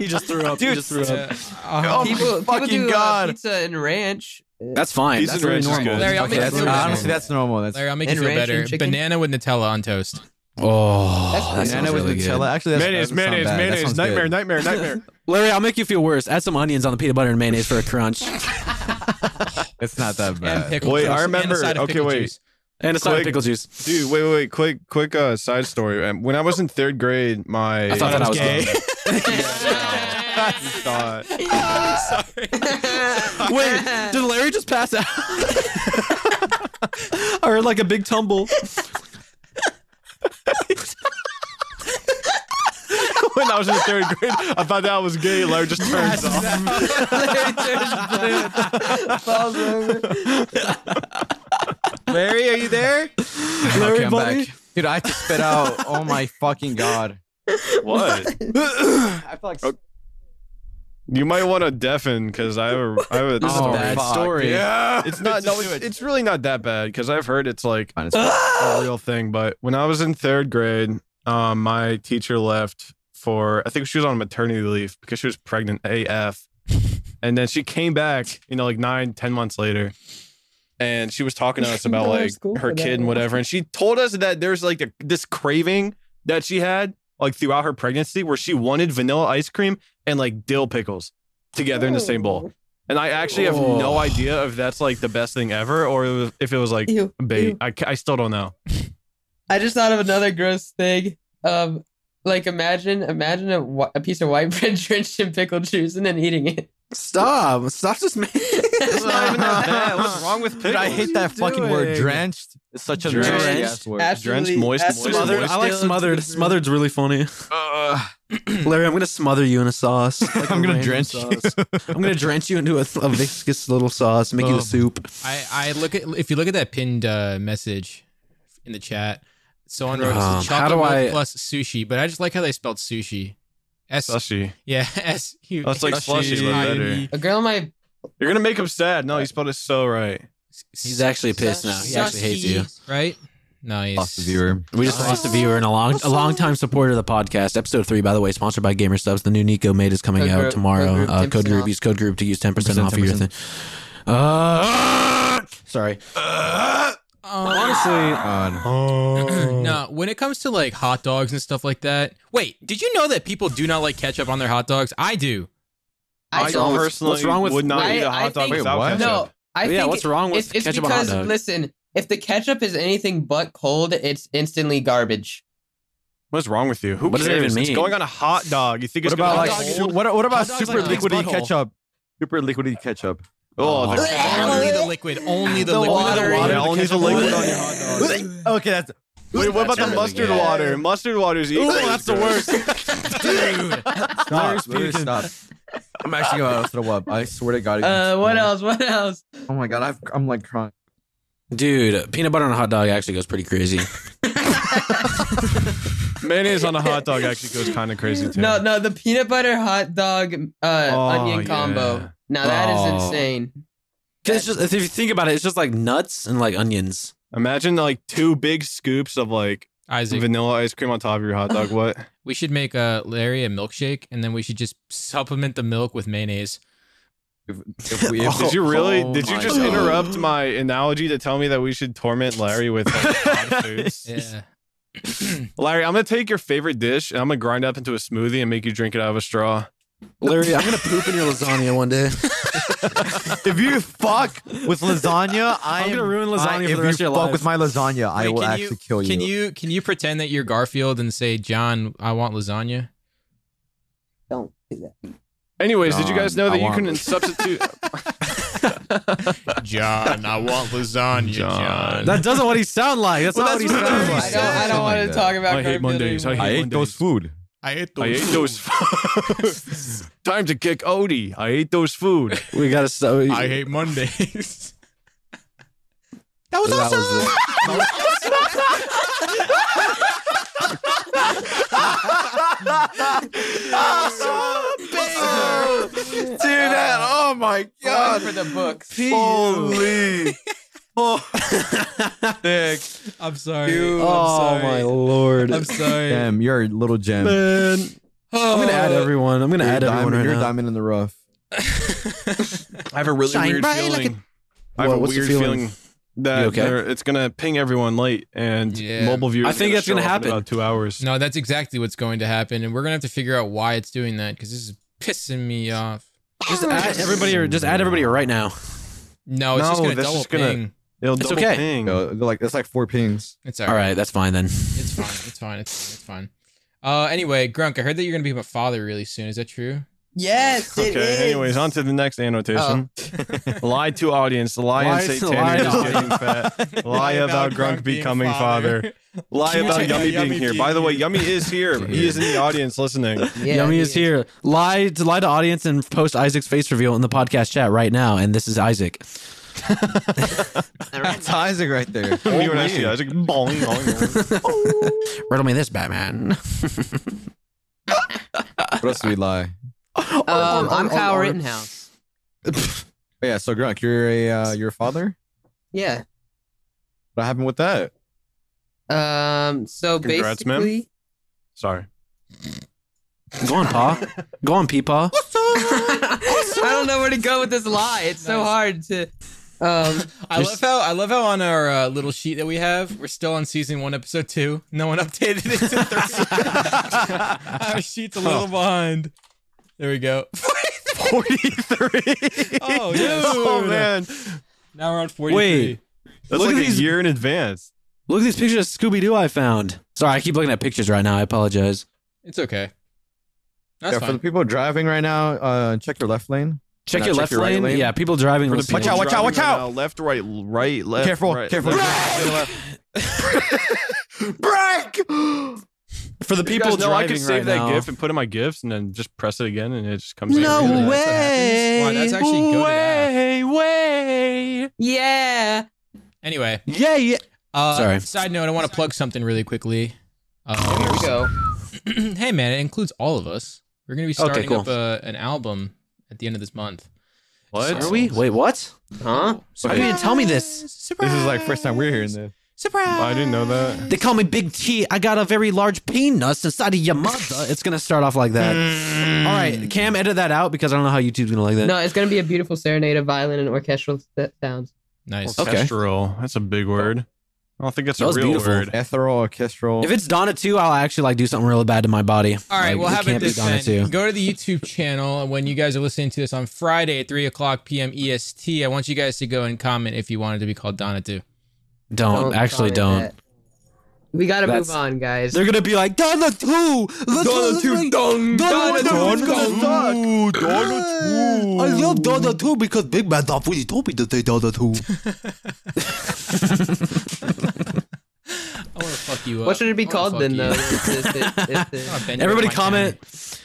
S1: He just threw up. He just threw up.
S7: Yeah. Uh-huh.
S6: Oh,
S3: People, people
S6: fucking
S3: do uh,
S6: God.
S3: pizza and ranch.
S1: That's fine.
S4: Pizza
S1: that's
S4: and
S1: really
S4: ranch is
S1: normal.
S4: good.
S7: Larry, I'll make
S1: that's
S7: you feel
S1: normal.
S7: better.
S6: honestly, that's normal. That's
S7: Larry, I'll make you
S3: And
S7: feel
S3: ranch and
S7: better.
S3: chicken?
S7: Banana with Nutella on toast.
S1: Oh, that
S3: That's
S1: sounds
S6: banana with
S1: really
S6: Nutella.
S1: good.
S6: Actually, that's,
S4: mayonnaise,
S6: that doesn't sound
S4: mayonnaise,
S6: bad. That
S4: mayonnaise,
S6: sounds
S4: nightmare,
S6: good.
S4: nightmare, nightmare,
S1: Larry, I'll make you feel worse. Add some onions on the peanut butter and mayonnaise for a crunch,
S6: It's not that
S7: And
S6: bad.
S7: pickle
S4: Wait,
S7: juice.
S4: I
S7: And a
S4: remember-
S7: side of
S4: okay,
S7: pickle
S4: wait.
S7: juice.
S1: and a side of
S4: Quick.
S1: pickle juice.
S4: Dude, wait, wait, wait. Quick, quick. Uh, side story. Um, When I was in third grade, my
S1: I thought that I was gay.
S4: You thought-
S1: wait, did Larry just pass out? I heard like a big tumble.
S4: when I was in the third grade. I thought that I was gay. Larry just turns off.
S2: Larry, are you there?
S6: okay, I'm back. Dude, I have to spit out. Oh my fucking god.
S4: What?
S6: I feel like
S4: Oh, You might want to deafen because I have a, I have a,
S2: This is
S6: Oh,
S2: a bad
S6: fuck,
S2: story.
S6: Yeah.
S4: It's not. no, it's, it's really not that bad because I've heard it's like
S6: Fine, it's fine.
S4: a real thing. But when I was in third grade, um, my teacher left for I think she was on maternity leave because she was pregnant AF, and then she came back, you know, like nine, ten months later, and she was talking to us about
S3: Go to
S4: like
S3: school
S4: her
S3: for that.
S4: kid and whatever, and she told us that there's like a, this craving that she had like throughout her pregnancy where she wanted vanilla ice cream and like dill pickles together in the same bowl.
S3: Oh.
S4: And I actually have no idea if that's like the best thing ever or if it was like
S3: Ew,
S4: bait.
S3: ew.
S4: I, ca- I still don't know.
S3: I just thought of another gross thing. Um, like imagine, imagine a, wh- a piece of white bread drenched in pickle juice and then eating it.
S1: Stop. Stop just making
S4: It's not even that bad. What's wrong with pickles?
S6: Dude, I hate that fucking word. Drenched. It's such a
S4: Drenched.
S6: nasty ass word.
S3: Absolutely-
S4: drenched, moist,
S3: absolutely-
S4: moist,
S1: smothered.
S4: moist.
S1: I like smothered. Smothered's really funny.
S4: Uh,
S1: Larry, I'm gonna smother you in a sauce. Like
S6: I'm
S1: a
S6: gonna
S1: random
S6: drench you.
S1: sauce. I'm gonna drench you into a, a viscous little sauce. Make you a
S6: Oh.
S1: soup.
S2: I, I look at if you look at that pinned uh, message in the chat, someone wrote
S1: Um,
S2: it's
S1: how
S2: chocolate
S1: do
S2: milk
S1: I-
S2: plus sushi, but I just like how they spelled sushi. S
S4: Slushy.
S2: yeah S U. E,
S4: That's like slushy, but better.
S3: A girl in my
S4: You're gonna make him sad. No, you spelled it so right.
S1: He's actually pissed now. He actually hates you.
S2: right? Nice.
S6: Lost the viewer.
S1: We just lost a viewer and a long, a long time supporter of the podcast. Episode three, by the way, sponsored by Gamer Subs. The new Nico made is coming
S3: Code
S1: out
S3: group-
S1: tomorrow.
S3: code group,
S1: uh, code
S3: 10%
S1: group,
S3: off.
S1: use code group to use ten percent
S6: 10%,
S1: off of your thing.
S6: 10%.
S1: Uh, sorry.
S2: Um, Honestly,
S4: uh,
S6: God.
S2: no. When it comes to like hot dogs and stuff like that, wait, did you know that people do not like ketchup on their hot dogs? I do.
S4: I,
S3: don't-
S4: personally
S1: what's wrong with-
S4: would not
S3: I-
S4: eat a
S3: I
S4: hot dog
S3: think-
S4: without
S6: Wait, what?
S4: ketchup.
S3: no. I
S1: yeah,
S3: think
S1: what's wrong with
S3: it's, it's
S1: ketchup on hot
S3: because
S1: dogs?
S3: listen, if the ketchup is anything but cold, it's instantly garbage.
S4: What's wrong with you? Who
S1: What does
S4: cares?
S1: it even
S4: It's
S1: mean?
S4: going on a hot dog. You think
S6: What
S4: it's gonna
S6: about
S4: be
S6: like
S2: dogs-
S6: su- what, what about
S2: hot dogs
S6: super
S2: like a
S6: liquidy
S2: butthole.
S6: ketchup? Super liquidy ketchup.
S4: Oh, the-
S2: Only the liquid. Only the, liquid.
S3: water.
S4: Yeah,
S3: Water,
S4: only the
S6: ketchup
S4: liquid
S6: water.
S4: on your hot dog.
S6: Okay, that's
S4: Wait, what about
S6: That's
S4: the
S6: really
S4: mustard
S6: good.
S4: water? Mustard water's equally
S6: Ooh, that's
S4: as
S6: the
S4: good.
S6: worst.
S2: Dude.
S6: Stop. Literally stop. I'm actually gonna throw up. I swear to God.
S3: Uh, what else? What else?
S6: Oh my God, I've, I'm like crying.
S1: Dude, peanut butter on a hot dog actually goes pretty crazy.
S4: Mayonnaise on a hot dog actually goes kind of crazy too.
S3: No, no, the peanut butter hot dog uh,
S4: Oh,
S3: onion
S4: yeah.
S3: combo. Now that is
S1: Oh.
S3: insane.
S1: 'Cause it's just, if you think about it, it's just like nuts and like onions.
S4: Imagine like two big scoops of like
S2: Isaac,
S4: vanilla ice cream on top of your hot dog. What?
S2: we should make uh, Larry a milkshake, and then we should just supplement the milk with mayonnaise.
S6: If, if we,
S4: Did you really?
S6: Oh
S4: did you
S6: my
S4: just
S6: God.
S4: interrupt my analogy to tell me that we should torment Larry with like, odd foods?
S2: Yeah.
S4: Larry, I'm gonna take your favorite dish and I'm gonna grind up into a smoothie and make you drink it out of a straw.
S1: Larry, I'm gonna poop in your lasagna one day.
S6: if you fuck with lasagna, I
S1: I'm
S6: am-
S1: gonna ruin lasagna
S6: I-
S1: for
S6: if
S1: the rest of
S6: you
S1: your
S6: fuck
S1: life.
S6: with my lasagna, I
S2: Wait,
S6: will
S2: can
S6: actually kill you.
S2: Can you can you pretend that you're Garfield and say, John, I want lasagna?
S3: Don't do that.
S4: Anyways, did you guys know
S6: John,
S4: that
S6: I
S4: you
S6: want-
S4: can substitute?
S2: John, I want lasagna,
S4: John.
S1: That doesn't what he sound like. That's
S6: Well,
S1: not
S6: that's
S1: what he
S6: what
S1: sounds
S6: Larry
S1: like.
S3: I don't, I don't
S6: Something
S3: want
S6: like that.
S3: to talk about
S4: Oh, I hate
S3: Garfield
S4: Mondays.
S3: anymore.
S6: I ate
S4: Mondays.
S6: those food.
S2: I ate
S4: I ate those. food. Time to kick Odie. I ate those food.
S1: We gotta stop.
S2: hate Mondays.
S1: That was awesome.
S6: Dude, that, oh my
S3: One for the books.
S6: Holy. oh,
S2: I'm sorry.
S1: oh
S2: I'm sorry.
S1: my lord.
S2: I'm sorry.
S6: Damn, you're a little gem.
S1: Man, I'm gonna add everyone. I'm gonna
S6: Uh, Oh.
S1: add
S6: You're a
S1: everyone
S6: diamond,
S1: right
S6: you're a
S1: now.
S6: diamond in the rough.
S4: I have a really
S1: Shine
S4: weird
S1: bright
S4: feeling.
S1: like
S4: I have
S1: What,
S4: a
S1: what's the
S4: weird
S1: feeling?
S4: feeling that
S1: You okay?
S4: they're- it's gonna ping everyone late and
S2: Yeah.
S4: mobile viewers.
S1: I think that's gonna
S4: show up in
S1: happen.
S4: about two hours.
S2: No, that's exactly what's going to happen, and we're gonna have to figure out why it's doing that because this is pissing me off.
S1: Just add everybody. Just add everybody right now.
S2: No, it's just
S4: No,
S2: gonna
S4: that's
S2: double
S4: just gonna-
S2: ping.
S4: It'll
S1: It's
S4: double
S1: okay.
S4: ping.
S6: No, they're like that's like four pings.
S2: It's
S1: All right, that's fine then.
S2: It's fine. It's fine. It's fine. It's fine. Uh, anyway, Grunk, I heard that you're gonna be my father really soon. Is that true?
S3: Yes, it is.
S4: Okay. Anyways, on to the next annotation.
S1: Oh.
S4: lie to audience. Lie
S1: Lie
S4: and
S1: to
S4: say
S1: lie
S4: Tanner
S1: to
S4: is getting fat. Lie about Grunk
S2: being
S4: becoming father. lie
S2: Cute
S4: about
S2: and
S4: Yummy
S2: Yummy
S4: being here.
S2: being
S4: By the way,
S2: here.
S4: Yummy is here. He is in the audience listening.
S3: Yeah,
S1: Yummy is here. Lie to lie to audience and post Isaac's face reveal in the podcast chat right now. And this is Isaac.
S6: That's Isaac right there.
S4: We were actually, I was like, boing, boing, boing.
S1: Riddle me this, Batman.
S6: What else do we lie?
S3: Um, I'm Kyle Rittenhouse.
S6: Oh, yeah, so Grunk, you're a uh, you're a father.
S3: Yeah.
S6: What happened with that?
S3: Um. So
S4: Congrats, man.
S3: basically,
S4: Sorry.
S1: Go on, Pa. Go on, Peepaw.
S3: I don't know where to go with this lie. It's so hard to. Um.
S2: I love how I love how on our uh, little sheet that we have, we're still on season one, episode two. No one updated it to three. our sheet's a little behind. There we go.
S4: 43.
S2: Oh, yes.
S4: Oh, man.
S2: Now we're on forty-three.
S1: Wait.
S4: That's
S1: Look
S4: like
S1: at
S4: a
S1: these-
S4: year in advance.
S1: Look at these pictures of Scooby Doo I found. Sorry, I keep looking at pictures right now. I apologize.
S2: It's okay. That's
S6: Yeah, for
S2: fine.
S6: the people driving right now, uh, check your left lane.
S1: Check
S6: Not
S1: your
S6: check
S1: left
S6: your right
S1: lane.
S6: lane.
S1: Yeah, people driving.
S4: For the
S1: listening.
S6: Watch out,
S4: people
S6: watch out, watch
S4: driving
S6: out.
S4: right now, left, right, l- right, left.
S6: careful,
S4: right,
S6: careful.
S4: left.
S6: Break!
S1: For the
S4: You
S1: people
S4: guys know I
S1: driving
S4: can save
S1: right
S4: that
S1: now.
S4: GIF and put in my GIFs and then just press it again and it just comes
S1: No
S4: in.
S1: way.
S2: Wow, that's actually good. app.
S1: Way, way.
S3: Yeah.
S2: Anyway,
S1: Yeah, yeah.
S2: uh,
S1: Sorry.
S2: Side note: I want to plug something really quickly. Uh,
S3: Here we go.
S2: hey man, it includes all of us. We're gonna be
S1: Okay,
S2: starting
S1: cool.
S2: up uh an album at the end of this month.
S4: What?
S1: Are we? Wait, what?
S3: Huh?
S1: Why you didn't tell me this?
S2: Surprise!
S6: This is like first time we're hearing this.
S2: Surprise!
S4: I didn't know that.
S1: They call me Big T. I got a very large penis inside of your mother. It's gonna start off like that.
S2: Hmm.
S1: All right, Cam, edit that out because I don't know how YouTube's gonna like that.
S3: No, it's gonna be a beautiful serenade of violin and orchestral s- sounds.
S2: Nice.
S1: Okay.
S4: Orchestral. That's a big word. I don't think that's
S1: That
S4: a
S1: was
S4: real
S1: beautiful.
S4: word.
S6: Ethereal orchestral.
S1: If it's Donna 2, I'll actually like do something really bad to my body.
S2: All right,
S1: Like,
S2: we'll
S1: it
S2: have it
S1: can't be
S2: this
S1: Donna
S2: then.
S1: 2.
S2: Go to the YouTube channel and when you guys are listening to this on Friday at three o'clock p.m. EST. I want you guys to go and comment if you wanted to be called Donna too.
S1: Don't, actually
S3: comment
S1: don't.
S3: that. Oh, We gotta
S1: That's-
S3: move on, guys.
S1: They're gonna be like Donna 2, Donna 2, Donna, Donna, I love Donna 2 because Big Man Don Fuji told me to say Donna 2.
S2: I want to fuck you up.
S3: What should it be
S1: Oh,
S2: I wanna
S3: called
S2: fuck
S3: then,
S2: you.
S3: though?
S2: I
S3: It's- it's- it's- it's-
S2: wanna bend you
S1: Everybody
S2: with my hand.
S1: comment.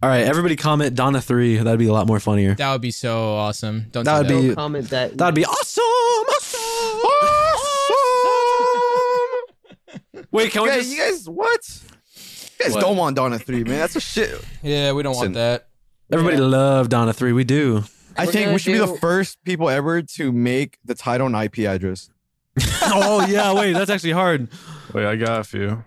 S1: All right, everybody comment Donna 3. That'd be a lot more funnier.
S2: That would be so awesome. Don't
S1: That would
S2: do that.
S1: be-
S3: Don't comment that.
S1: That'd be awesome. Awesome. awesome. Wait, can we
S6: Yeah,
S1: just?
S6: you guys, what? You guys
S1: What?
S6: don't want Donna 3, man. That's a shit.
S2: Yeah, we don't
S6: Listen.
S2: want that.
S1: Everybody love Donna three. We do.
S6: I
S3: We're
S6: think
S3: gonna
S6: we should be the
S3: do-
S6: first people ever to make the title an IP address.
S1: oh yeah. Wait, that's actually hard.
S4: Wait, I got a few.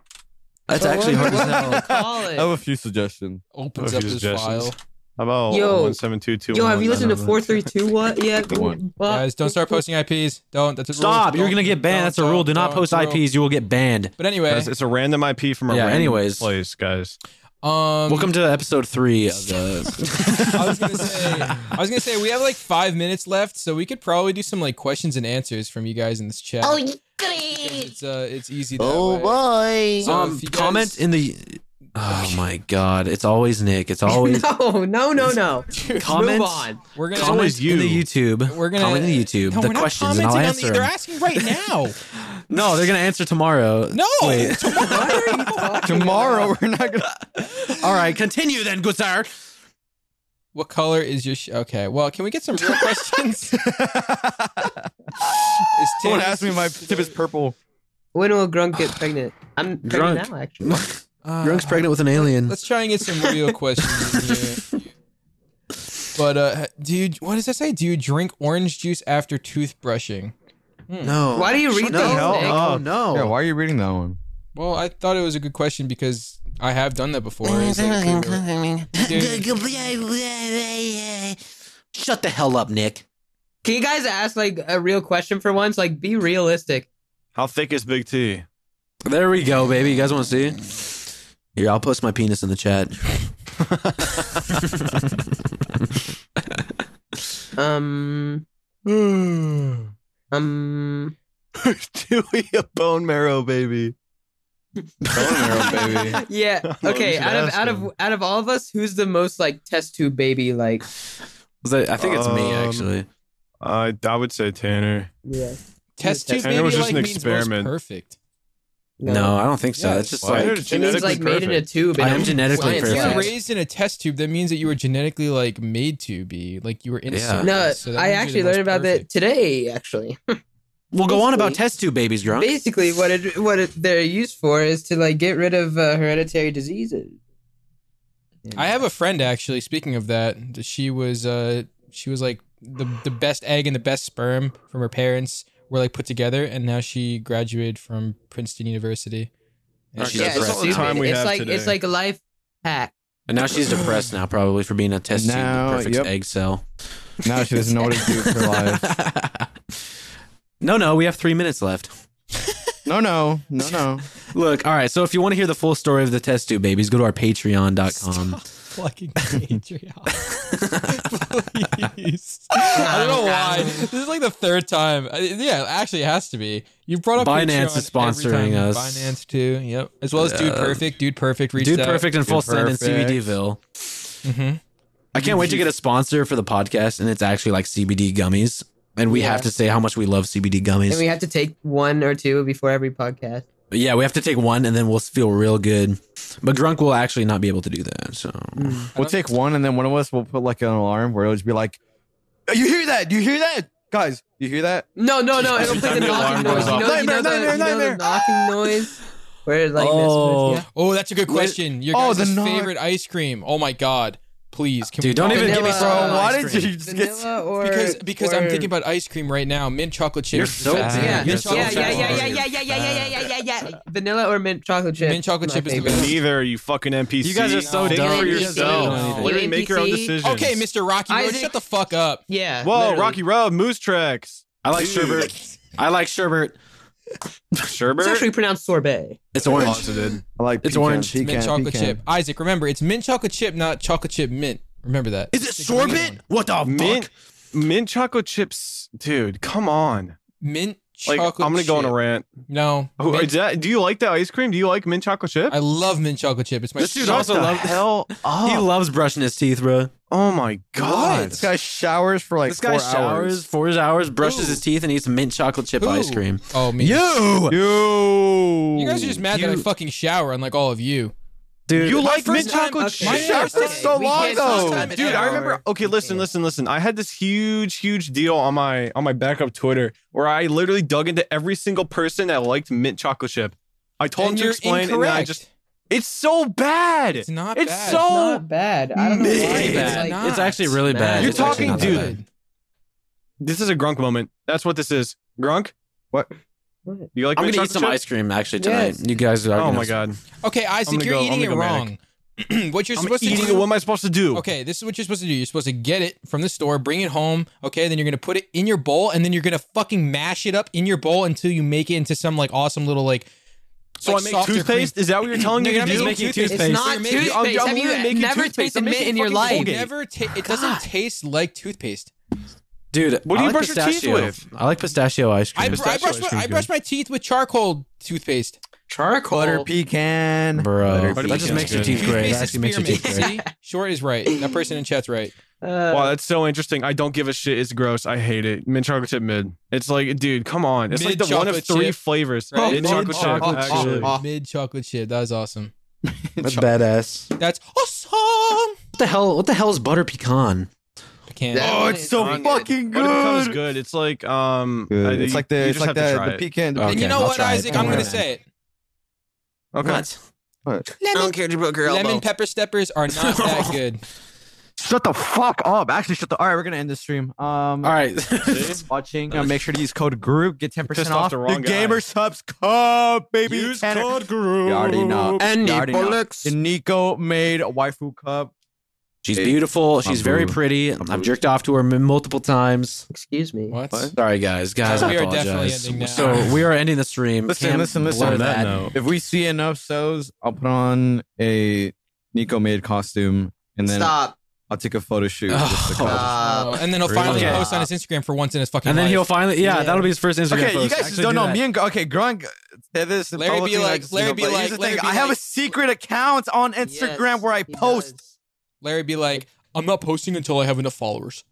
S1: That's actually hard. as hell.
S3: Call it.
S6: a few suggestions.
S2: Opens
S4: Oh,
S2: up
S4: if you
S2: this
S4: just
S2: file.
S4: How about
S3: Yo.
S4: 1722?
S3: Yo, have you listened to 432 what yet?
S6: One.
S3: What?
S2: Guys, don't start posting IPs. Don't. That's a rule.
S1: Stop. You're
S2: Don't-
S1: gonna get
S2: don't,
S1: banned. That's a
S2: don't,
S1: rule. Do not
S2: don't,
S1: post
S2: don't.
S1: IPs. You will get banned.
S2: But anyway,
S4: It's, it's a random IP from a
S1: Yeah,
S4: random
S1: anyways.
S4: place, guys.
S2: um,
S1: Welcome to episode three of the.
S2: I was gonna say, I was gonna say, we have like five minutes left, so we could probably do some like questions and answers from you guys in this chat. Oh, It's uh, it's easy. That way.
S6: boy.
S2: So
S1: um,
S2: if you guys-
S1: comment in the. Oh my God! It's always Nick. It's always
S3: No, no, no, no.
S1: Comments?
S3: Move on.
S2: We're gonna.
S1: comment
S4: always you.
S1: in the YouTube.
S2: We're gonna
S1: comment in the YouTube.
S2: No,
S1: the
S2: we're
S1: questions,
S2: not
S1: and I'll
S2: commenting
S1: answer.
S2: on the, They're
S1: them.
S2: asking right now.
S1: No, they're gonna answer tomorrow.
S2: No.
S1: Wait.
S6: Tomorrow, we're not gonna.
S1: All right, continue then, good sir.
S2: What color is your? Sh- okay. Well, can we get some real questions? is
S6: Someone
S2: Taylor's-
S6: asked me if my tip is purple.
S3: When will Grunk get pregnant? I'm pregnant
S1: Drunk.
S3: now, actually.
S2: Uh,
S1: Grunk's pregnant with an alien.
S2: Let's try and get some real questions in here. But uh, do you? What does that say? Do you drink orange juice after toothbrushing?
S1: No.
S3: Why do you read
S1: no,
S3: those? Nick?
S1: No,
S6: Yeah,
S1: Oh, no.
S6: why are you reading that one?
S2: Well, I thought it was a good question because I have done that before. It's like we were- Dude,
S1: Shut the hell up, Nick.
S3: Can you guys ask like a real question for once? Like, be realistic.
S4: How thick is Big T?
S1: There we go, baby. You guys want to see? Here, I'll post my penis in the chat.
S3: Um,
S4: Hmm.
S3: um,
S4: Do we a bone marrow baby?
S6: baby.
S3: yeah.
S4: we
S3: Okay,
S4: should
S3: out of
S4: ask
S3: out of
S4: him.
S3: out of all of us, who's the most like test tube baby? Like,
S1: Was that- I think it's me,
S4: Um,
S1: actually.
S4: I I would say Tanner.
S3: yeah,
S2: Test tube
S4: And it
S2: baby
S4: was just
S2: like
S4: an
S2: means most
S4: experiment.
S2: perfect.
S1: No, I don't think so. That's just
S4: Why?
S1: like
S4: They're
S1: I
S3: It means
S4: genetically
S3: like made in a
S4: perfect.
S3: tube. and
S1: am
S3: I'm-
S1: genetically
S3: Science
S2: If you were
S1: perfect.
S3: lab.
S2: raised in a test tube, that means that you were genetically like made to be like you were innocent.
S3: No,
S2: So that
S3: I
S2: means you're
S3: actually
S2: the most
S3: learned about that
S2: perfect.
S3: today. Actually,
S1: We'll go on about
S3: Basically-
S1: test tube babies, drunk.
S3: basically, what it what it, they're used for is to like get rid of uh, hereditary diseases.
S2: I have a friend actually. Speaking of that, that she was uh she was like the the best egg and the best sperm from her parents were like put together, and now she graduated from Princeton University. And
S1: Okay.
S2: she's
S1: Yeah,
S2: a
S1: it's
S2: breast
S1: all the
S2: donor.
S4: time we
S3: it's
S4: have
S3: like
S4: today.
S3: it's like a life hack.
S1: And now she's depressed now, probably for being a test
S6: Now,
S1: tube, the perfect
S6: yep.
S1: egg cell.
S6: Now she doesn't know what to do with her life.
S1: no, no, we have three minutes left.
S6: No, no, no, no.
S1: Look, all right. So if you want to hear the full story of the test tube babies, go to our patreon.com.
S2: fucking Patreon. Please. I don't
S3: Um,
S2: know why. This is like the third time. I- Yeah, actually, it has to be. You brought up
S1: Binance
S2: Patreon
S1: is
S2: every time.
S1: sponsoring us.
S2: Binance too. Yep. As well as Dude
S1: Yeah.
S2: Perfect. Dude Perfect reached
S1: Dude
S2: out.
S1: Perfect and Full
S6: Dude
S1: Send and
S6: Perfect.
S1: CBDville.
S2: Mhm.
S1: I can't wait to get a sponsor for the podcast, and it's actually like CBD gummies. And we
S3: Yeah.
S1: have to say how much we love CBD gummies.
S3: And we have to take one or two before every podcast.
S1: But yeah, we have to take one, and then we'll feel real good. But Grunk will actually not be able to do that. So
S6: We'll take one, and then one of us will put like an alarm where it'll just be like, "Oh, "You hear that? You hear that, guys? You hear that?"
S3: No, no, no. It'll
S4: Every
S3: play the
S4: time the
S3: knocking
S4: alarm goes
S3: noise. You
S4: off.
S3: know, you know
S6: Nightmare,
S3: the,
S6: nightmare,
S3: you know the
S6: nightmare.
S3: knocking noise where it like
S1: Oh.
S3: this.
S2: Oh, that's a good question. Your
S6: Oh,
S2: guys'
S6: the knock-
S2: favorite ice cream. Oh my god. Please, can
S1: Dude,
S2: we
S1: don't
S2: talk
S1: even
S2: about
S1: give me
S2: ice
S3: Vanilla.
S2: cream?
S3: Bro,
S6: why
S1: ice
S6: did
S1: cream.
S6: you just
S3: Yeah.
S6: get?
S3: Vanilla or
S2: Because because I'm
S3: or-
S2: thinking about ice cream right now. Mint chocolate chip.
S1: You're
S2: is
S1: so
S2: the best.
S1: bad.
S3: Yeah,
S1: You're
S3: yeah,
S2: Mint
S1: so
S3: yeah,
S2: chocolate
S3: yeah,
S2: chip.
S3: yeah, yeah, yeah, yeah, yeah, yeah, yeah, yeah, yeah. Vanilla or mint chocolate chip.
S2: Mint chocolate
S3: My
S2: chip is the
S3: favorite.
S2: best.
S4: Neither you fucking NPC.
S1: You guys are so
S4: Think
S1: dumb.
S4: for
S1: You
S3: guys don't
S4: yourself.
S2: know anything.
S4: Literally
S3: You
S4: make your own
S3: NPC?
S4: decisions.
S2: Okay, Mr. Rocky Road,
S3: Isaac-
S2: shut the fuck up.
S3: Yeah.
S4: Whoa,
S3: literally.
S4: Rocky Road, Moose Tracks.
S1: I like
S4: Dude.
S1: sherbet. I like sherbet.
S4: Sherbert.
S3: It's actually pronounced sorbet.
S1: It's orange.
S4: Also did.
S6: I like
S1: It's
S6: pecan,
S1: orange.
S6: pecan,
S2: mint chocolate
S6: pecan.
S2: chip. Isaac, remember, it's mint chocolate chip, not chocolate chip mint. Remember that.
S1: Is it
S2: It's the green
S1: sorbet?
S2: one.
S1: What the fuck?
S4: Mint, mint chocolate chips, dude. Come on.
S2: Mint
S4: Like
S2: chocolate
S4: I'm gonna go on a
S2: chip.
S4: rant.
S2: No.
S4: Who-
S2: mint-
S4: is that- do you like that ice cream? Do you like mint chocolate chip?
S2: I love mint chocolate chip. It's my
S1: This dude
S2: shit.
S4: Shut
S1: also
S4: the
S1: loves-
S4: hell up.
S1: He loves brushing his teeth, bro.
S4: oh my god.
S6: This guy showers for like
S1: this guy
S6: four
S1: showers four hours, brushes
S2: Ooh.
S1: his teeth, and eats mint chocolate chip
S2: Ooh.
S1: ice cream.
S2: Oh, me.
S1: You,
S6: Yo,
S2: You guys are just mad that I
S1: You-
S2: fucking shower, unlike all of you.
S1: dude.
S4: You
S1: You
S4: like
S2: first
S4: mint
S2: time-
S4: chocolate
S3: okay.
S6: My
S4: chip?
S6: shower
S3: Okay,
S6: took so
S3: we
S6: long
S3: can't talk
S6: though.
S3: time in
S4: Dude,
S3: an
S4: I
S3: hour.
S4: remember. Okay, listen, listen, listen. I had this huge, huge deal on my on my backup Twitter where I literally dug into every single person that liked mint chocolate chip. I told
S2: and
S4: him to
S2: you're
S4: explain,
S2: incorrect.
S4: and then I just it's so bad.
S2: it's not
S4: It's
S2: bad.
S4: so
S3: It's
S4: Oh,
S3: not bad. I don't know why.
S4: man.
S3: It's,
S2: It's
S3: like,
S2: not.
S1: it's actually really
S3: Nah.
S1: bad.
S4: You're
S1: It's actually
S4: talking,
S1: not that
S4: dude.
S1: bad.
S4: this is a grunk moment. That's what this is. Grunk. What?
S3: What?
S4: Do you like
S1: I'm
S4: mint
S1: gonna eat
S4: chocolate
S1: some
S4: chip?
S1: ice cream actually tonight.
S3: Yes.
S1: You guys are.
S4: Oh
S1: gonna-
S4: my god.
S2: Okay,
S4: I'm
S2: Isaac,
S4: gonna
S2: you're
S4: go- I'm
S2: eating it
S4: gonna go
S2: wrong. what you're
S4: I'm
S2: supposed
S4: eating
S2: to
S4: it.
S2: do
S4: What am I supposed to do?
S2: Okay, this is what you're supposed to do. You're supposed to get it from the store, bring it home, okay? Then you're gonna put it in your bowl, and then you're gonna fucking mash it up in your bowl until you make it into some like awesome little like.
S4: So
S2: like,
S4: I make
S2: softer
S4: toothpaste. Is that what you're telling
S2: No,
S4: me
S2: you're
S4: to
S2: not
S4: do?
S2: making
S1: It's
S2: toothpaste.
S3: It's not
S2: You're making-
S3: toothpaste.
S4: I'm- I'm
S3: Have
S4: literally
S3: you
S4: making
S3: never
S4: toothpaste.
S3: tasted
S4: I'm
S3: mint
S4: making
S3: in your
S4: fucking
S3: life?
S2: It
S4: Colgate.
S2: never. Ta- it doesn't taste like toothpaste.
S1: dude!
S4: What do
S1: I
S4: you
S1: like
S4: brush your teeth
S1: pistachio.
S4: with?
S1: I like pistachio ice
S2: I,
S1: cream.
S2: br- I brush.
S4: ice
S2: My,
S4: cream's
S2: I brush my teeth with charcoal toothpaste.
S3: Charcoal.
S6: Butter pecan.
S1: Bro,
S6: Butter
S1: that just
S4: pecan's
S1: makes your
S4: good.
S1: teeth great.
S2: Toothpaste
S1: That
S2: is
S1: actually makes your teeth great.
S2: spearmint. See? Short is right. That person in chat's right.
S3: Uh,
S4: Wow, that's so interesting. I don't give a shit. It's gross. I hate it. Mint chocolate chip mid. It's like, dude, come on. It's
S2: Mid
S4: like the one of
S2: chocolate
S4: three
S2: chip.
S4: flavors.
S2: Right?
S4: Mint chocolate
S2: Mid-
S4: chip.
S2: oh, oh,
S4: actually.
S2: oh, Mid chocolate chip. That was awesome.
S1: That's badass.
S2: That's awesome.
S1: What the hell? What the hell is butter pecan?
S2: I can't.
S3: That-
S6: Oh, it's so
S4: Good.
S6: fucking
S4: Butter pecan is
S6: good.
S4: good. It's like um, I-
S6: It's
S4: you-
S6: like
S4: you
S6: the it's
S4: just
S6: like
S4: have to
S6: the
S4: try
S6: the
S4: it.
S6: pecan. the
S1: Okay,
S2: and you know
S1: I'll
S2: what,
S1: try it.
S2: Isaac?
S1: Don't
S2: I'm
S1: worry
S2: gonna
S1: about
S2: say it.
S4: Okay.
S1: What?
S2: Lemon, lemon pepper steppers are not that good.
S6: Shut the fuck up. Actually, shut the. All right, we're gonna end the stream. Um,
S1: All right.
S4: See?
S6: watching. Uh, make sure to use code GROUP. Get ten
S4: Pissed
S6: percent
S4: off
S6: off.
S4: the wrong guy.
S6: gamer subs come, baby.
S4: Use
S6: Tanner-
S4: code group.
S6: You already know.
S3: Andy
S6: You already know.
S3: Bullocks.
S6: The Nico made a waifu cup.
S1: She's beautiful. She's very
S6: boo.
S1: pretty. I've jerked off to her m- multiple times.
S3: Excuse me.
S2: What?
S1: Sorry, guys. Guys,
S2: We
S1: I
S2: are definitely
S1: apologize.
S2: ending now.
S1: So we are ending the stream.
S6: Listen,
S1: Can't
S6: listen, listen.
S1: blur
S6: On
S4: that
S1: that.
S4: note.
S6: If we see enough sows, I'll put on a Nico made costume and then
S3: Stop.
S6: I'll take a photo shoot.
S1: Oh.
S6: just to cover.
S3: Stop.
S2: and then he'll finally
S1: Okay.
S2: post on his Instagram for once in his fucking
S1: And then
S2: life.
S1: he'll finally, yeah,
S3: Yeah.
S1: that'll be his first Instagram
S6: Okay,
S1: post.
S6: you guys just
S1: Actually
S6: don't
S1: do
S6: know
S1: that.
S6: me and okay, Grunk said this. in
S2: Larry be
S6: public and I
S2: like-
S6: just,
S2: Larry
S6: you know,
S2: be
S6: but here's
S2: like-
S6: the
S2: Larry
S6: thing,
S2: be
S6: I have a
S2: like-
S6: secret account on Instagram
S3: Yes,
S6: where I
S3: he
S6: post.
S3: does.
S2: Larry be like, I'm not posting until I have enough followers.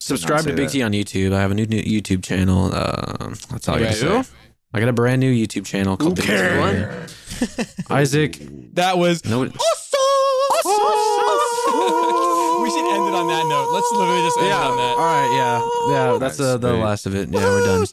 S1: Subscribe
S6: Don't
S1: to
S6: say
S1: Big
S6: that.
S1: T on YouTube. I have a new, new YouTube channel. Uh, that's all I
S2: Right.
S1: gotta say. I got a brand new YouTube channel called The Gamer. Isaac.
S2: That was
S1: No,
S2: We should end it on that note. Let's literally just end it on that.
S6: Oh,
S1: All right, yeah, yeah. That's uh, the last of it. Yeah, we're done.